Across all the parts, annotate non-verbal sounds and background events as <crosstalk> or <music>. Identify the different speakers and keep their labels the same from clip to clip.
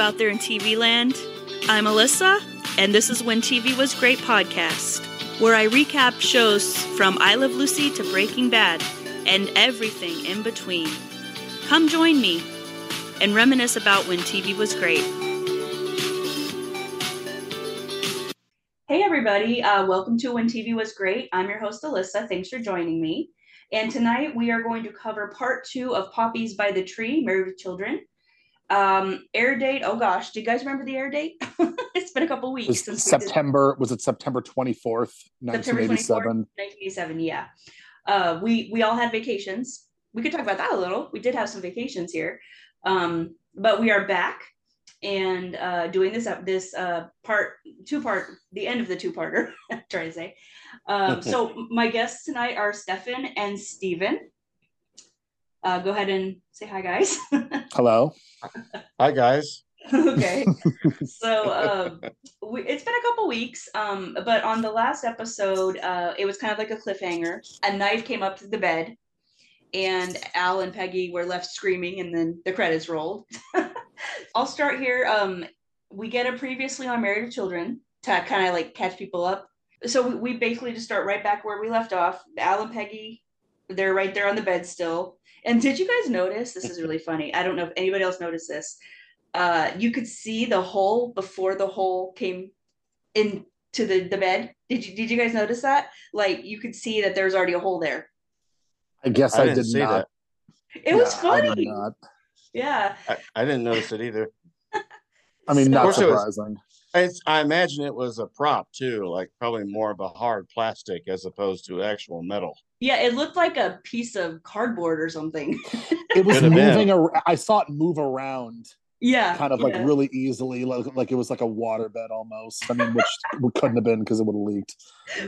Speaker 1: out there in TV land. I'm Alyssa, and this is When TV Was Great podcast, where I recap shows from I Love Lucy to Breaking Bad and everything in between. Come join me and reminisce about when TV was great. Hey, everybody. Uh, welcome to When TV Was Great. I'm your host, Alyssa. Thanks for joining me. And tonight we are going to cover part two of Poppies by the Tree, Married with Children. Um, air date, oh gosh, do you guys remember the air date? <laughs> it's been a couple
Speaker 2: It
Speaker 1: weeks
Speaker 2: was
Speaker 1: since we did-
Speaker 2: September, was it September 24th,
Speaker 1: September
Speaker 2: 1987?
Speaker 1: 1987, yeah. Uh, we we all had vacations. We could talk about that a little. We did have some vacations here, um, but we are back and uh, doing this up this uh, part two part the end of the two parter. <laughs> trying to say. Um, so my guests tonight are Stefan and Steven. Uh, go ahead and say hi, guys.
Speaker 2: Hello?
Speaker 3: Hi guys.
Speaker 1: <laughs> okay so um we, it's been a couple weeks um but on the last episode uh it was kind of like a cliffhanger a knife came up to the bed and al and peggy were left screaming and then the credits rolled <laughs> i'll start here um we get a previously on married with children to kind of like catch people up so we, we basically just start right back where we left off al and peggy they're right there on the bed still and did you guys notice this is really funny i don't know if anybody else noticed this uh, you could see the hole before the hole came into the, the bed. Did you did you guys notice that? Like you could see that there's already a hole there.
Speaker 2: I guess I, did
Speaker 3: see
Speaker 2: not.
Speaker 1: It was
Speaker 2: Yeah, oh I did
Speaker 1: funny.
Speaker 2: not.
Speaker 1: Yeah.
Speaker 3: that. I, I didn't notice it either.
Speaker 2: I mean,
Speaker 1: So-
Speaker 2: not
Speaker 3: course it was.
Speaker 2: surprising.
Speaker 3: It's, I imagine it was a prop too, like probably more of a hard plastic as opposed to actual metal.
Speaker 1: Yeah, it looked like a piece of cardboard or something. <laughs>
Speaker 2: It was
Speaker 3: Could have been.
Speaker 2: moving, ar- I saw it move around
Speaker 1: yeah.
Speaker 2: kind of like
Speaker 1: yeah.
Speaker 2: really easily, like, like it was like a waterbed almost. I mean, which <laughs> couldn't have been because it would have leaked.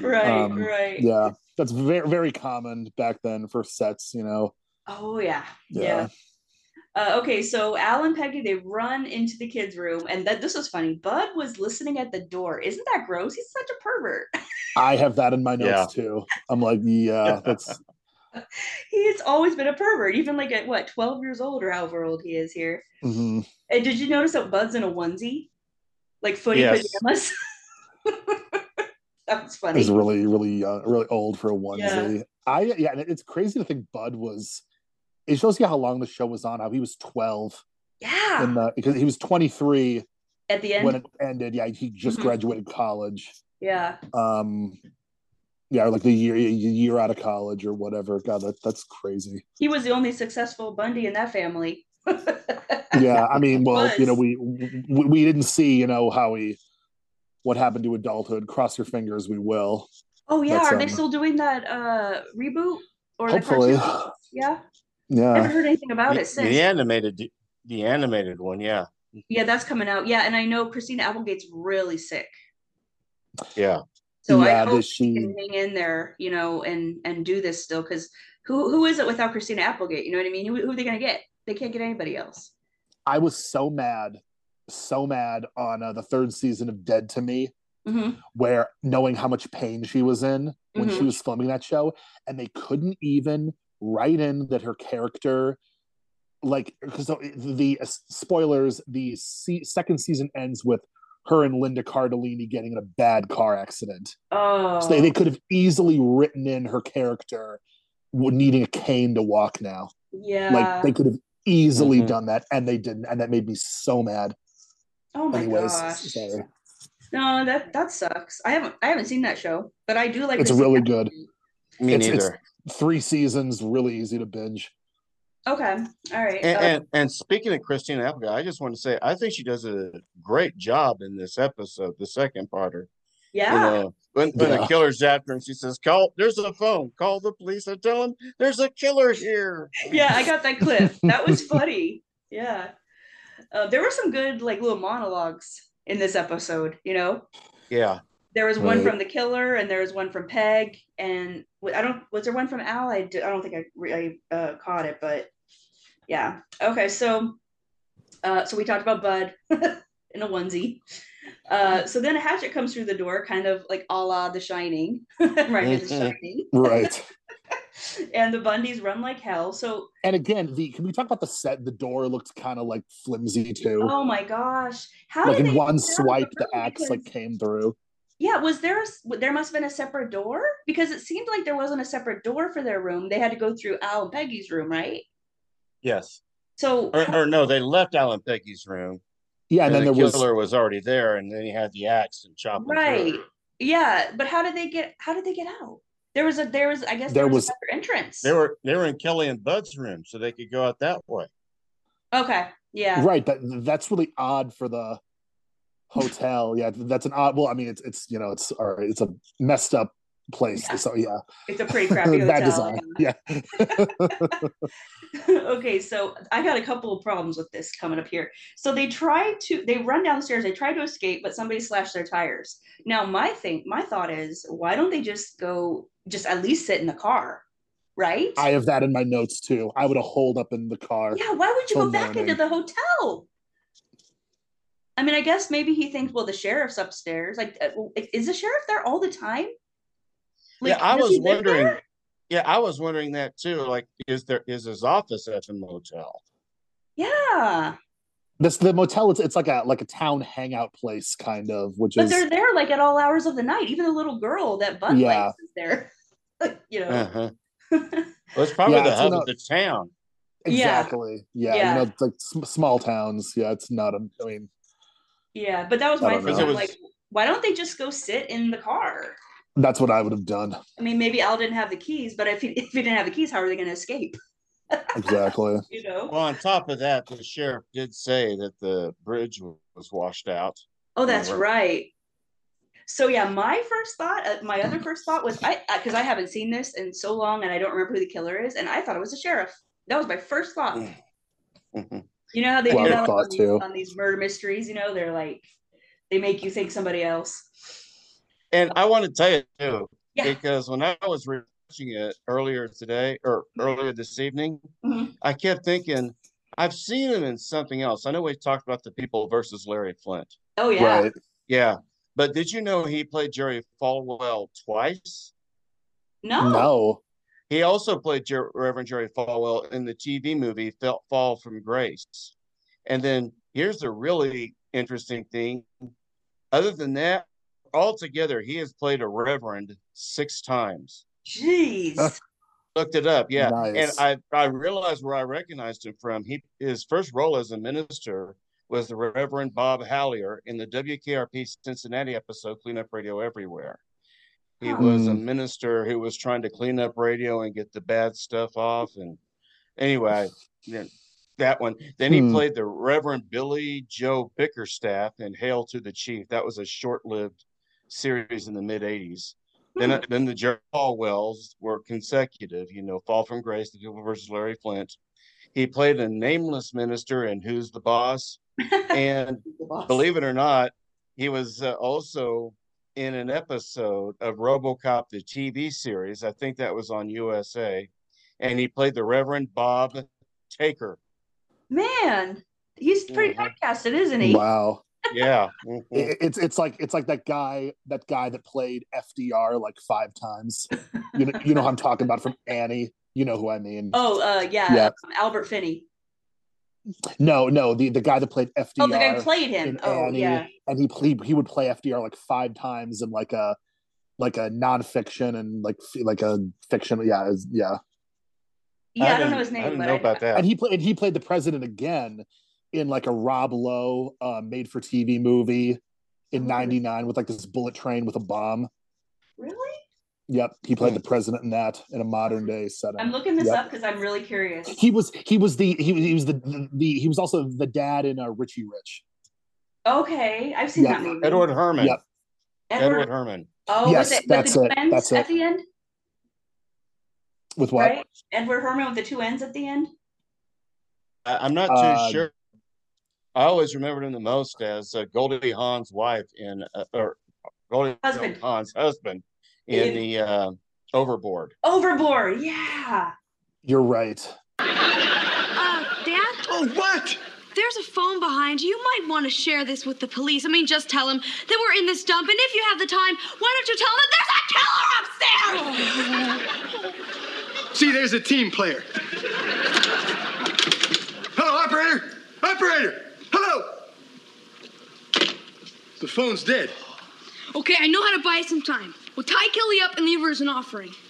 Speaker 1: right,
Speaker 2: um,
Speaker 1: right.
Speaker 2: Yeah. That's very, very common back then for sets, you know?
Speaker 1: Oh yeah. Yeah.
Speaker 2: Yeah.
Speaker 1: Uh, okay, so Al and Peggy they run into the kids' room, and that this was funny. Bud was listening at the door. Isn't that gross? He's such a pervert.
Speaker 2: I have that in my notes too. I'm like, yeah,
Speaker 3: <laughs>
Speaker 2: that's,
Speaker 1: He's always been a pervert, even like at what twelve years old or however old he is here.
Speaker 2: mhm.
Speaker 1: And did you notice that Bud's in a onesie? Like footy
Speaker 3: Yes.
Speaker 1: pajamas? <laughs> that was funny.
Speaker 2: is really really young, really old for a onesie. I yeah, and it's crazy to think Bud was. It shows you how long the show was on. How he was twelve
Speaker 1: yeah.
Speaker 2: in the because he was twenty three
Speaker 1: At the end.
Speaker 2: when it ended. Yeah, he just
Speaker 1: Mhm.
Speaker 2: graduated college.
Speaker 1: yeah.
Speaker 2: Um, yeah, or like the year a year out of college or whatever. God, that, that's crazy.
Speaker 1: He was the only successful Bundy in that family. <laughs>
Speaker 2: Yeah, I mean, well,
Speaker 1: Was.
Speaker 2: you know, we, we we didn't see you know how he what happened to adulthood. Cross your fingers, we will.
Speaker 1: oh yeah,
Speaker 2: That's,
Speaker 1: are they
Speaker 2: um,
Speaker 1: still doing that uh reboot or
Speaker 2: Hopefully. Uh,
Speaker 1: the cartoon? Yeah. I haven't
Speaker 2: <sighs> Yeah,
Speaker 1: heard anything about
Speaker 3: the,
Speaker 1: it since.
Speaker 3: the animated, the animated one, yeah,
Speaker 1: Yeah, that's coming out. Yeah, and I know Christina Applegate's really sick.
Speaker 3: yeah.
Speaker 1: <laughs> So I
Speaker 2: yeah.
Speaker 1: hope
Speaker 2: does she?
Speaker 1: can hang in there, you know, and and do this still because who who is it without Christina Applegate? You know what I mean? Who, who are they gonna get? They can't get anybody else.
Speaker 2: I was so mad, so mad on uh, the third season of Dead to Me,
Speaker 1: Mhm.
Speaker 2: where knowing how much pain she was in when she
Speaker 1: Mhm.
Speaker 2: was filming that show, and they couldn't even write in that her character, like, so the spoilers, the se- second season ends with her and Linda Cardellini getting in a bad car accident.
Speaker 1: Oh,
Speaker 2: So they, they could have easily written in her character w- needing a cane to walk now.
Speaker 1: yeah.
Speaker 2: Like, they could have easily
Speaker 3: Mhm.
Speaker 2: done that, and they didn't. And that made me so mad.
Speaker 1: oh my
Speaker 2: anyways,
Speaker 1: gosh.
Speaker 2: sorry.
Speaker 1: No, that that sucks. I haven't I haven't seen that show, but I do like.
Speaker 2: It's
Speaker 1: Christina
Speaker 2: really good.
Speaker 1: Applegate.
Speaker 3: Me
Speaker 2: It's- it's-
Speaker 3: neither.
Speaker 2: Three seasons, really easy to binge.
Speaker 1: Okay, all right.
Speaker 3: and,
Speaker 1: uh,
Speaker 3: and and speaking of Christina Applegate, I just want to say I think she does a great job in this episode, the second parter.
Speaker 1: yeah.
Speaker 3: You know, when when the
Speaker 2: Yeah.
Speaker 3: killer's after him, she says, "Call. There's a phone. Call the police and tell them there's a killer here."
Speaker 1: <laughs> yeah, I got that clip. That
Speaker 2: <laughs>
Speaker 1: was funny. Yeah. Uh, there were some good like little monologues in this episode, you know.
Speaker 3: Yeah.
Speaker 1: There was one
Speaker 2: Right.
Speaker 1: from the killer, and there was one from Peg, and w- I don't was there one from Al? I, d- I don't think I really uh, caught it, but yeah. Okay, so uh, so we talked about Bud <laughs> in a onesie. Uh, so then Hatchet comes through the door, kind of like a la The Shining, <laughs> right? The <laughs>
Speaker 3: Mhm.
Speaker 1: Shining.
Speaker 2: Right.
Speaker 1: and the Bundys run like hell. So
Speaker 2: And again, the can we talk about the set? The door looks kind of like flimsy too.
Speaker 1: oh my gosh, how
Speaker 2: like
Speaker 1: did
Speaker 2: in
Speaker 1: they
Speaker 2: one
Speaker 1: get out of
Speaker 2: swipe, the
Speaker 1: room?
Speaker 2: axe like
Speaker 1: Because-
Speaker 2: came through.
Speaker 1: yeah, was there a, s- there must have been a separate door because it seemed like there wasn't a separate door for their room. They had to go through Al and Peggy's room, right?
Speaker 3: Yes.
Speaker 1: So
Speaker 3: Or, or no, they left Alan Peggy's room.
Speaker 2: Yeah, and then
Speaker 3: the
Speaker 2: there was
Speaker 3: killer was... already there, and then he had the axe and chopped. him through.
Speaker 1: right, yeah, but how did they get how did they get out? There was a there was I guess there,
Speaker 2: There
Speaker 1: was,
Speaker 2: was-
Speaker 1: a separate entrance.
Speaker 3: They were they were in Kelly and Bud's room, so they could go out that way.
Speaker 1: okay, yeah,
Speaker 2: right. That that's really odd for the hotel. Yeah, that's an odd. Well, I mean, it's it's you know, it's all right. It's a messed up place.
Speaker 1: Yeah.
Speaker 2: So yeah,
Speaker 1: it's a pretty crappy hotel.
Speaker 2: <laughs> bad design. Yeah,
Speaker 1: <laughs> okay, so I got a couple of problems with this coming up here. So they try to they run downstairs, they try to escape, but somebody slashed their tires. Now my thing, my thought is, why don't they just go just at least sit in the car? Right?
Speaker 2: I have that in my notes too. I would have holed up in the car.
Speaker 1: yeah, why would you
Speaker 2: Till
Speaker 1: go back into
Speaker 2: morning.
Speaker 1: the hotel? I mean, I guess maybe he thinks, well, the sheriff's upstairs. Like, uh, well, is the sheriff there all the time?
Speaker 3: yeah, I
Speaker 1: does
Speaker 3: was
Speaker 1: he live there?
Speaker 3: wondering. Yeah, I was wondering that too. Like, is there is his office at the motel?
Speaker 1: Yeah.
Speaker 2: This the motel. It's it's like a like a town hangout place kind of, which
Speaker 1: But
Speaker 2: is
Speaker 1: they're there like at all hours of the night. Even the little girl that Bud
Speaker 2: Yeah.
Speaker 1: likes is there. <laughs> you know.
Speaker 3: Uh-huh. Well, it's probably
Speaker 2: Yeah,
Speaker 3: the
Speaker 2: it's
Speaker 3: hub
Speaker 2: not-
Speaker 3: of the town.
Speaker 1: Yeah.
Speaker 2: exactly yeah,
Speaker 1: Yeah.
Speaker 2: you know it's like sm- small towns. Yeah, it's not. A, I mean,
Speaker 1: <laughs> yeah, but that was
Speaker 2: I
Speaker 1: my
Speaker 2: don't
Speaker 1: thing.
Speaker 2: know.
Speaker 1: I'm
Speaker 3: Because it
Speaker 1: like,
Speaker 3: was-
Speaker 1: why don't they just go sit in the car?
Speaker 2: that's what I would have done
Speaker 1: I mean, maybe Al didn't have the keys, but if he, <laughs> if he didn't have the keys, how are they going to escape?
Speaker 2: exactly.
Speaker 1: You know?
Speaker 3: Well, on top of that, the sheriff did say that the bridge wa- was washed out.
Speaker 1: Oh, that's
Speaker 3: Right.
Speaker 1: right. So yeah, my first thought, uh, my other first thought was I because I haven't seen this in so long, and I don't remember who the killer is, and I thought it was the sheriff. That was my first thought.
Speaker 2: Mm-hmm.
Speaker 3: Mhm.
Speaker 1: You know how they
Speaker 2: Well,
Speaker 1: do
Speaker 2: I
Speaker 1: that on
Speaker 2: thought
Speaker 1: these,
Speaker 2: too.
Speaker 1: on these murder mysteries? You know, they're like they make you think somebody else.
Speaker 3: and I want to tell you too,
Speaker 1: Yeah.
Speaker 3: because when I was watching it earlier today or earlier this evening,
Speaker 1: Mhm.
Speaker 3: I kept thinking, I've seen him in something else. I know we talked about the people versus Larry Flint.
Speaker 1: Oh yeah.
Speaker 2: Right.
Speaker 3: Yeah. But did you know he played Jerry Falwell twice?
Speaker 1: No.
Speaker 2: No.
Speaker 3: He also played Jer- Reverend Jerry Falwell in the TV movie Fel- Fall from Grace. And then here's the really interesting thing. Other than that, altogether, he has played a Reverend six times.
Speaker 1: Jeez.
Speaker 3: Looked it up, yeah.
Speaker 2: Nice.
Speaker 3: And I, I realized where I recognized him from. He his first role as a minister was the Reverend Bob Hallier in the WKRP Cincinnati episode Clean Up Radio Everywhere. He
Speaker 1: Huh.
Speaker 3: was a
Speaker 2: Hmm.
Speaker 3: minister who was trying to clean up radio and get the bad stuff off. And anyway, then that one. Then he
Speaker 2: Hmm.
Speaker 3: played the Reverend Billy Joe Bickerstaff in Hail to the Chief. That was a short-lived series in the mid '80s.
Speaker 1: Hmm.
Speaker 3: Then, uh, then the Jerry Falwells were consecutive. You know, Fall from Grace, The People versus Larry Flint. He played a nameless minister in Who's
Speaker 1: <laughs>
Speaker 3: the Boss, and believe it or not, he was uh, also in an episode of RoboCop the TV series. I think that was on USA, and he played the Reverend Bob Taker.
Speaker 1: Man, he's pretty
Speaker 3: Mhm.
Speaker 1: typecasted, isn't he?
Speaker 2: Wow.
Speaker 3: Yeah, mhm.
Speaker 2: It- it's it's like it's like that guy that guy that played FDR like five times. You know, you know who I'm talking about from Annie. You know who I mean.
Speaker 1: Oh, uh, yeah,
Speaker 2: Yeah.
Speaker 1: um, Albert Finney.
Speaker 2: No, no, the, the guy that played FDR
Speaker 1: Oh, the guy who played him.
Speaker 2: in
Speaker 1: Oh,
Speaker 2: Annie,
Speaker 1: yeah.
Speaker 2: and he played he would play FDR like five times in like a like a nonfiction and like f- like a fiction. Yeah, it was- yeah,
Speaker 1: Yeah, I, don't
Speaker 3: didn't-
Speaker 1: know his name,
Speaker 3: I didn't
Speaker 1: but
Speaker 3: know
Speaker 1: I,
Speaker 3: about that.
Speaker 2: and he played and he played the president again in like a Rob Lowe uh, made for TV movie
Speaker 1: Oh.
Speaker 2: in '99 with like this bullet train with a bomb.
Speaker 1: really?
Speaker 2: Yep, he played
Speaker 3: Hmm.
Speaker 2: the president in that in a modern day setting.
Speaker 1: I'm looking this
Speaker 2: Yep.
Speaker 1: up because I'm really curious.
Speaker 2: he was he was the he, he was the, the he was also the dad in uh, Richie Rich.
Speaker 1: Okay, I've seen
Speaker 2: Yeah.
Speaker 1: that movie.
Speaker 3: Edward Herman.
Speaker 2: Yep.
Speaker 1: Edward.
Speaker 3: Edward Herman.
Speaker 1: Oh,
Speaker 2: Yes,
Speaker 1: with the,
Speaker 2: that's
Speaker 1: with the
Speaker 2: it,
Speaker 1: two ends
Speaker 2: that's
Speaker 1: at
Speaker 2: it.
Speaker 1: the end,
Speaker 2: With what?
Speaker 1: right? Edward Herman with the two ends at the end.
Speaker 3: I, I'm not too
Speaker 2: Uh,
Speaker 3: sure. I always remembered him the most as uh, Goldie Hawn's wife in, uh, or Goldie
Speaker 1: Husband.
Speaker 3: Hawn's husband in
Speaker 1: In-
Speaker 3: the uh, Overboard.
Speaker 1: Overboard. Yeah.
Speaker 2: You're right.
Speaker 4: Uh, Dad,
Speaker 5: Oh, what?
Speaker 4: there's a phone behind you. You might want to share this with the police. I mean, just tell them that we're in this dump, and if
Speaker 6: <sighs>
Speaker 4: you have the time, why don't you tell them that there's a killer upstairs?
Speaker 5: See, there's a team player. Hello, operator. Operator. Hello. The phone's dead.
Speaker 4: Okay, I know how to buy some time. We'll tie Kelly up and leave her as an offering. <laughs>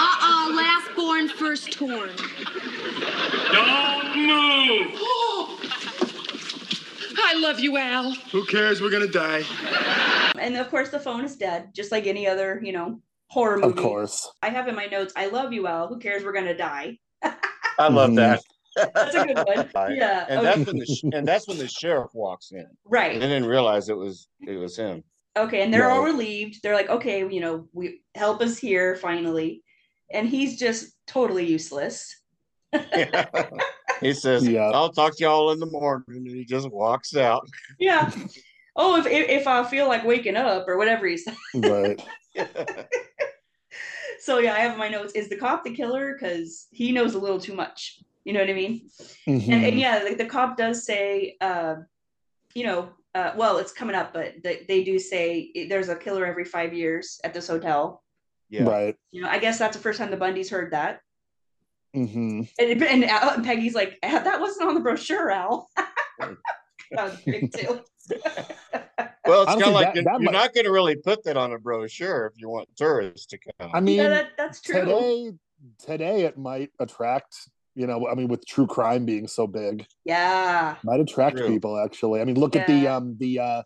Speaker 4: Uh-uh, last born, first torn.
Speaker 7: Don't move.
Speaker 6: I love you, Al.
Speaker 5: Who cares? We're gonna die.
Speaker 1: And of course, the phone is dead, just like any other, you know, horror movie.
Speaker 2: Of course.
Speaker 1: I have in my notes, I love you, Al. Who cares? We're going to die.
Speaker 3: I love that.
Speaker 1: That's a good one. Yeah.
Speaker 3: Mm-hmm. <laughs> And
Speaker 1: okay.
Speaker 3: that's when the sh-
Speaker 2: <laughs>
Speaker 3: and that's when the sheriff walks in. They
Speaker 1: right.
Speaker 3: didn't realize it was it was him. <laughs>
Speaker 1: Okay. And they're all
Speaker 2: Right.
Speaker 1: relieved. They're like, okay, you know, we help us here finally. And he's just totally useless.
Speaker 3: he says,
Speaker 2: Yeah.
Speaker 3: "I'll talk to y'all in the morning," and he just walks out. <laughs>
Speaker 1: Yeah. oh, if, if if I feel like waking up or whatever he said. <laughs>
Speaker 2: Right.
Speaker 1: So yeah, I have my notes. Is the cop the killer? Because he knows a little too much. You know what I mean? and, and
Speaker 2: Mhm.
Speaker 1: yeah, like the cop does say, uh, you know, uh, well, it's coming up, but they, they do say it- there's a killer every five years at this hotel.
Speaker 3: Yeah.
Speaker 2: Right.
Speaker 1: You know, I guess that's the first time the Bundys heard that.
Speaker 2: hmm
Speaker 1: And, and, Al- and Peggy's like, "Ah, that wasn't on the brochure, Al. <laughs> that was big <laughs> too.
Speaker 3: Well, it's
Speaker 2: I don't
Speaker 3: kind of
Speaker 2: think
Speaker 3: like
Speaker 2: that-
Speaker 3: you're,
Speaker 2: that
Speaker 3: you're
Speaker 2: might-
Speaker 3: not going to really put that on a brochure if you want tourists to come.
Speaker 2: I mean,
Speaker 1: yeah, that, that's true.
Speaker 2: today today it might attract you know i mean with true crime being so big
Speaker 1: Yeah.
Speaker 2: might attract
Speaker 3: True.
Speaker 2: people actually i mean look at the
Speaker 1: Yeah.
Speaker 2: um the uh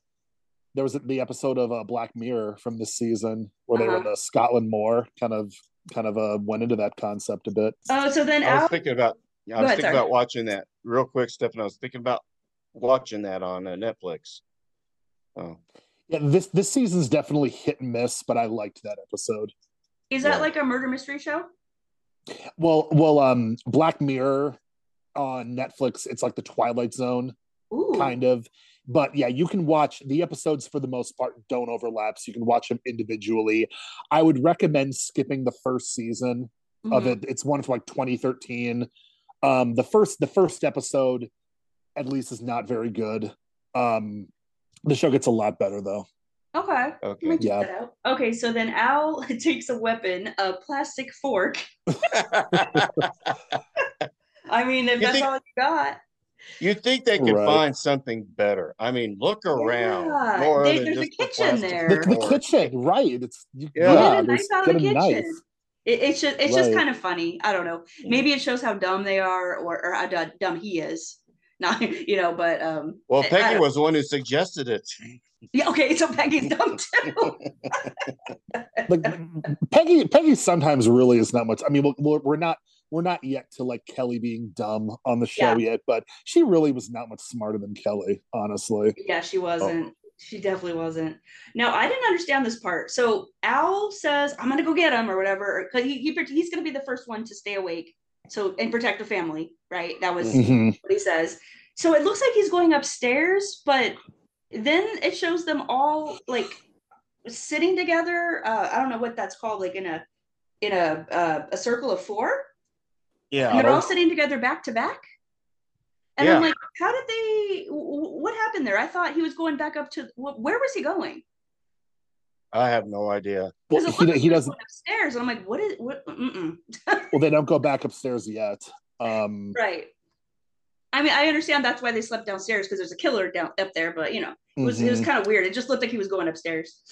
Speaker 2: there was the episode of uh, black mirror from this season where they were in
Speaker 1: Uh-huh.
Speaker 2: the scotland moor kind of kind of uh went into that concept a bit
Speaker 1: Oh, so then
Speaker 3: I was
Speaker 1: Al.
Speaker 3: thinking about yeah, I
Speaker 1: Go
Speaker 3: was
Speaker 1: ahead,
Speaker 3: thinking
Speaker 1: sorry.
Speaker 3: about watching that real quick, Stefan. I was thinking about watching that on uh, Netflix. Oh,
Speaker 2: yeah this this season's definitely hit and miss but i liked that episode
Speaker 1: Is that
Speaker 3: Yeah.
Speaker 1: like a murder mystery show?
Speaker 2: well well um black mirror on netflix it's like the twilight zone
Speaker 1: Ooh.
Speaker 2: kind of. But yeah, you can watch the episodes for the most part don't overlap, so you can watch them individually. I would recommend skipping the first season
Speaker 1: Mm-hmm.
Speaker 2: of it. It's one from like 2013. Um, the first the first episode, at least, is not very good. Um, the show gets a lot better though.
Speaker 1: Okay. I'm
Speaker 3: okay.
Speaker 1: gonna check
Speaker 2: Yeah.
Speaker 1: that out. Okay, so then Al <laughs> takes a weapon, a plastic fork.
Speaker 3: <laughs>
Speaker 1: I mean, if
Speaker 3: You
Speaker 1: that's
Speaker 3: think-
Speaker 1: all you got,
Speaker 3: you think they could
Speaker 2: Right.
Speaker 3: find something better? I mean, look around.
Speaker 1: Yeah,
Speaker 3: more
Speaker 1: they-
Speaker 3: than
Speaker 1: there's a
Speaker 3: just the
Speaker 1: kitchen
Speaker 3: plastic
Speaker 1: there.
Speaker 2: The, the
Speaker 3: fork.
Speaker 2: kitchen, right? It's you,
Speaker 3: Yeah.
Speaker 1: get a knife
Speaker 2: there's-
Speaker 1: out of the
Speaker 2: get a knife.
Speaker 1: kitchen. It, it's just it's just
Speaker 2: Right.
Speaker 1: kind of funny. I don't know. Maybe it shows how dumb they are, or, or how du- dumb he is. <laughs> Not you know, but um.
Speaker 3: Well,
Speaker 1: I- I
Speaker 3: Peggy
Speaker 1: don't-
Speaker 3: was the one who suggested it.
Speaker 1: <laughs> Yeah. Okay, so
Speaker 3: <laughs>
Speaker 1: Peggy's dumb too.
Speaker 2: like
Speaker 1: <laughs>
Speaker 2: Peggy Peggy sometimes really is not much. I mean, we'll- we're, we're not we're not yet to like Kelly being dumb on the show yet, but she really was not much smarter than Kelly, honestly.
Speaker 1: yeah, she wasn't. She definitely wasn't. Now I didn't understand this part. So Al says, "I'm gonna go get him" or whatever. Because he, he he's gonna be the first one to stay awake, so and protect the family, right? That was
Speaker 2: Mhm.
Speaker 1: what he says. So it looks like he's going upstairs, but then it shows them all like sitting together. Uh, I don't know what that's called, like in a in a uh, a circle of four. And they're all sitting together back to back. And I'm
Speaker 3: Yeah.
Speaker 1: like, how did they? wh- wh- What happened there? I thought he was going back up to. wh- Where was he going?
Speaker 3: I have no idea.
Speaker 2: Well,
Speaker 1: Because it
Speaker 2: he,
Speaker 1: looked
Speaker 2: he
Speaker 1: like was
Speaker 2: doesn't.
Speaker 1: going upstairs. And I'm like, what is what? Mm-mm.
Speaker 2: Well, they don't go back upstairs yet. Um,
Speaker 1: Right. I mean, I understand that's why they slept downstairs because there's a killer down up there. But you know, it was it was
Speaker 2: mhm,
Speaker 1: kind of weird. It just looked like he was going upstairs.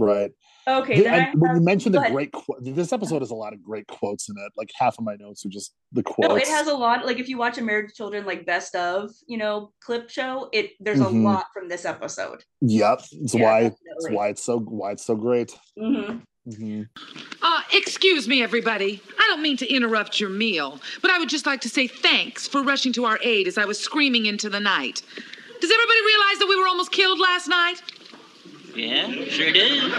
Speaker 2: mm-hmm. right.
Speaker 1: Okay,
Speaker 2: The-
Speaker 1: then
Speaker 2: and
Speaker 1: I
Speaker 2: when
Speaker 1: have-
Speaker 2: you mentioned
Speaker 1: go
Speaker 2: the
Speaker 1: ahead.
Speaker 2: great quote, this episode has a lot of great quotes in it. Like half of my notes are just the quotes.
Speaker 1: no, Oh, it has a lot. Like if you watch a Married to Children like best of you know clip show, it there's
Speaker 2: Mhm.
Speaker 1: a lot from this episode.
Speaker 2: yep, it's
Speaker 1: Yeah,
Speaker 2: why it's
Speaker 1: definitely.
Speaker 2: why it's so why it's so great.
Speaker 1: Mhm.
Speaker 2: Mhm.
Speaker 6: Uh, excuse me, everybody. I don't mean to interrupt your meal, but I would just like to say thanks for rushing to our aid as I was screaming into the night. Does everybody realize that we were almost killed last night?
Speaker 7: Yeah, sure do.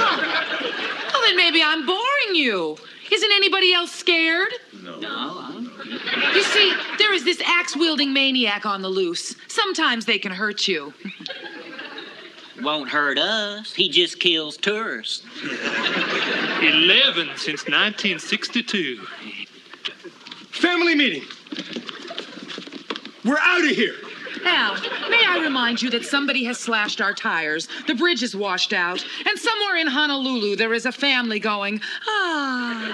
Speaker 6: Well, then maybe I'm boring you. Isn't anybody else scared? No. You see, there is this axe wielding maniac on the loose. Sometimes they can hurt you.
Speaker 7: Won't hurt us. He just kills tourists. 11 since 1962.
Speaker 5: Family meeting. We're out of here.
Speaker 6: Al, may I remind you that somebody has slashed our tires, the bridge is washed out, and somewhere in Honolulu there is a family going, ah.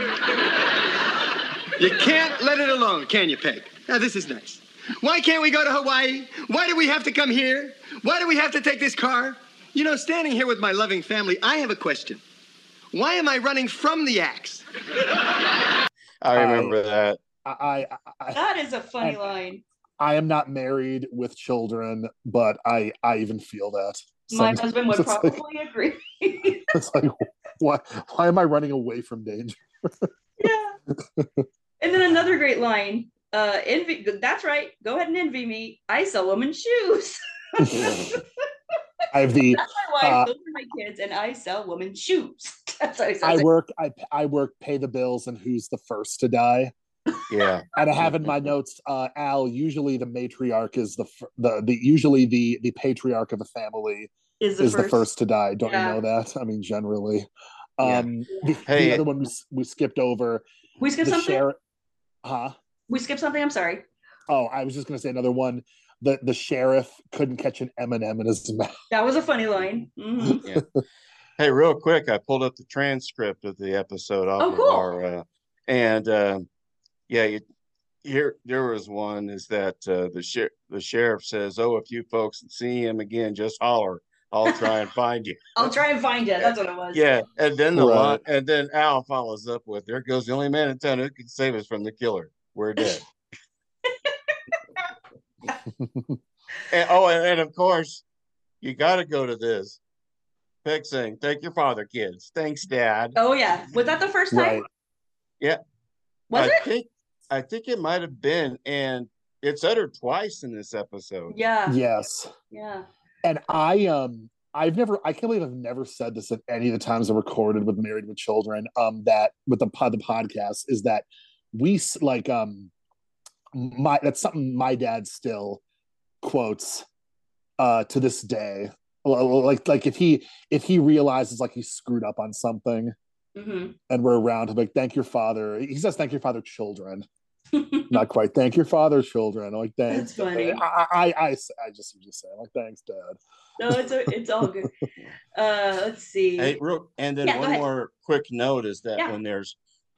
Speaker 5: You can't let it alone, can you, Peg? Now, this is nice. Why can't we go to Hawaii? Why do we have to come here? Why do we have to take this car? You know, standing here with my loving family, I have a question. Why am I running from the axe?
Speaker 3: I remember that.
Speaker 2: I, I, I
Speaker 1: That is a funny line.
Speaker 2: I am not married with children, but I I even feel that. <laughs>
Speaker 1: My
Speaker 2: sometimes.
Speaker 1: husband would
Speaker 2: It's like-
Speaker 1: probably agree. <laughs>
Speaker 2: It's like why why am I running away from danger?
Speaker 1: And then another great line. Uh, envy. That's right. Go ahead and envy me. I sell women's shoes. <laughs>
Speaker 2: I have the
Speaker 1: That's my wife.
Speaker 2: Uh,
Speaker 1: those are my kids, and I sell women's shoes. <laughs> That's how he
Speaker 2: I
Speaker 1: says it.
Speaker 2: work I I work pay the bills and who's the first to die.
Speaker 3: Yeah.
Speaker 2: And I have in my notes, uh, Al. Usually, the matriarch is the fir- the the usually the the patriarch of a family
Speaker 1: Is the
Speaker 2: is
Speaker 1: first.
Speaker 2: the first to die. Don't
Speaker 1: Yeah.
Speaker 2: you know that? I mean, generally.
Speaker 3: Yeah.
Speaker 2: Um,
Speaker 1: Yeah.
Speaker 2: The,
Speaker 3: Hey,
Speaker 2: the other one we, s- we skipped over.
Speaker 1: We skip
Speaker 2: the
Speaker 1: something.
Speaker 2: sheriff, huh?
Speaker 1: we skip something. I'm sorry.
Speaker 2: Oh, I was just gonna say another one. The the sheriff couldn't catch an M and m in his
Speaker 1: <laughs>
Speaker 2: mouth.
Speaker 1: That was a funny line. Mhm.
Speaker 3: <laughs> Hey, real quick, I pulled up the transcript of the episode off
Speaker 1: Oh,
Speaker 3: of
Speaker 1: cool.
Speaker 3: our, uh, and um, yeah, you, here there was one is that uh, the sher- the sheriff says, "Oh, if you folks see him again, just holler. I'll try and find you."
Speaker 1: I'll try and find you. That's what it was.
Speaker 3: Yeah, and then the
Speaker 2: Right.
Speaker 3: line, and then Al follows up with, "There goes the only man in town who can save us from the killer.
Speaker 1: <laughs>
Speaker 3: We're dead." and, oh, and, and of course, you got to go to this. Peck saying, "Thank your father, kids. Thanks, Dad."
Speaker 1: Oh yeah. Was that the first time?
Speaker 2: Right.
Speaker 1: Was
Speaker 3: I
Speaker 1: it?
Speaker 3: Think, I think it might have been, and it's uttered twice in this episode.
Speaker 1: Yeah. Yeah.
Speaker 2: Yes. And I um I've never I can't believe I've never said this at any of the times I recorded with Married with Children um that with the pod the podcast is that we s- like um my that's something my dad still quotes uh to this day L- like like if he if he realizes like he screwed up on something
Speaker 1: <laughs> Mhm.
Speaker 2: and we're around him like thank your father he says thank your father children not quite thank your father children I'm like thanks
Speaker 1: That's funny.
Speaker 2: I, I I I I just usually say I'm like thanks dad
Speaker 1: No, it's a, it's all
Speaker 2: <laughs>
Speaker 1: good. Uh, let's see.
Speaker 3: Hey, real, and then
Speaker 1: Yeah, go
Speaker 3: one
Speaker 1: ahead.
Speaker 3: more quick note is that
Speaker 1: Yeah.
Speaker 3: when there's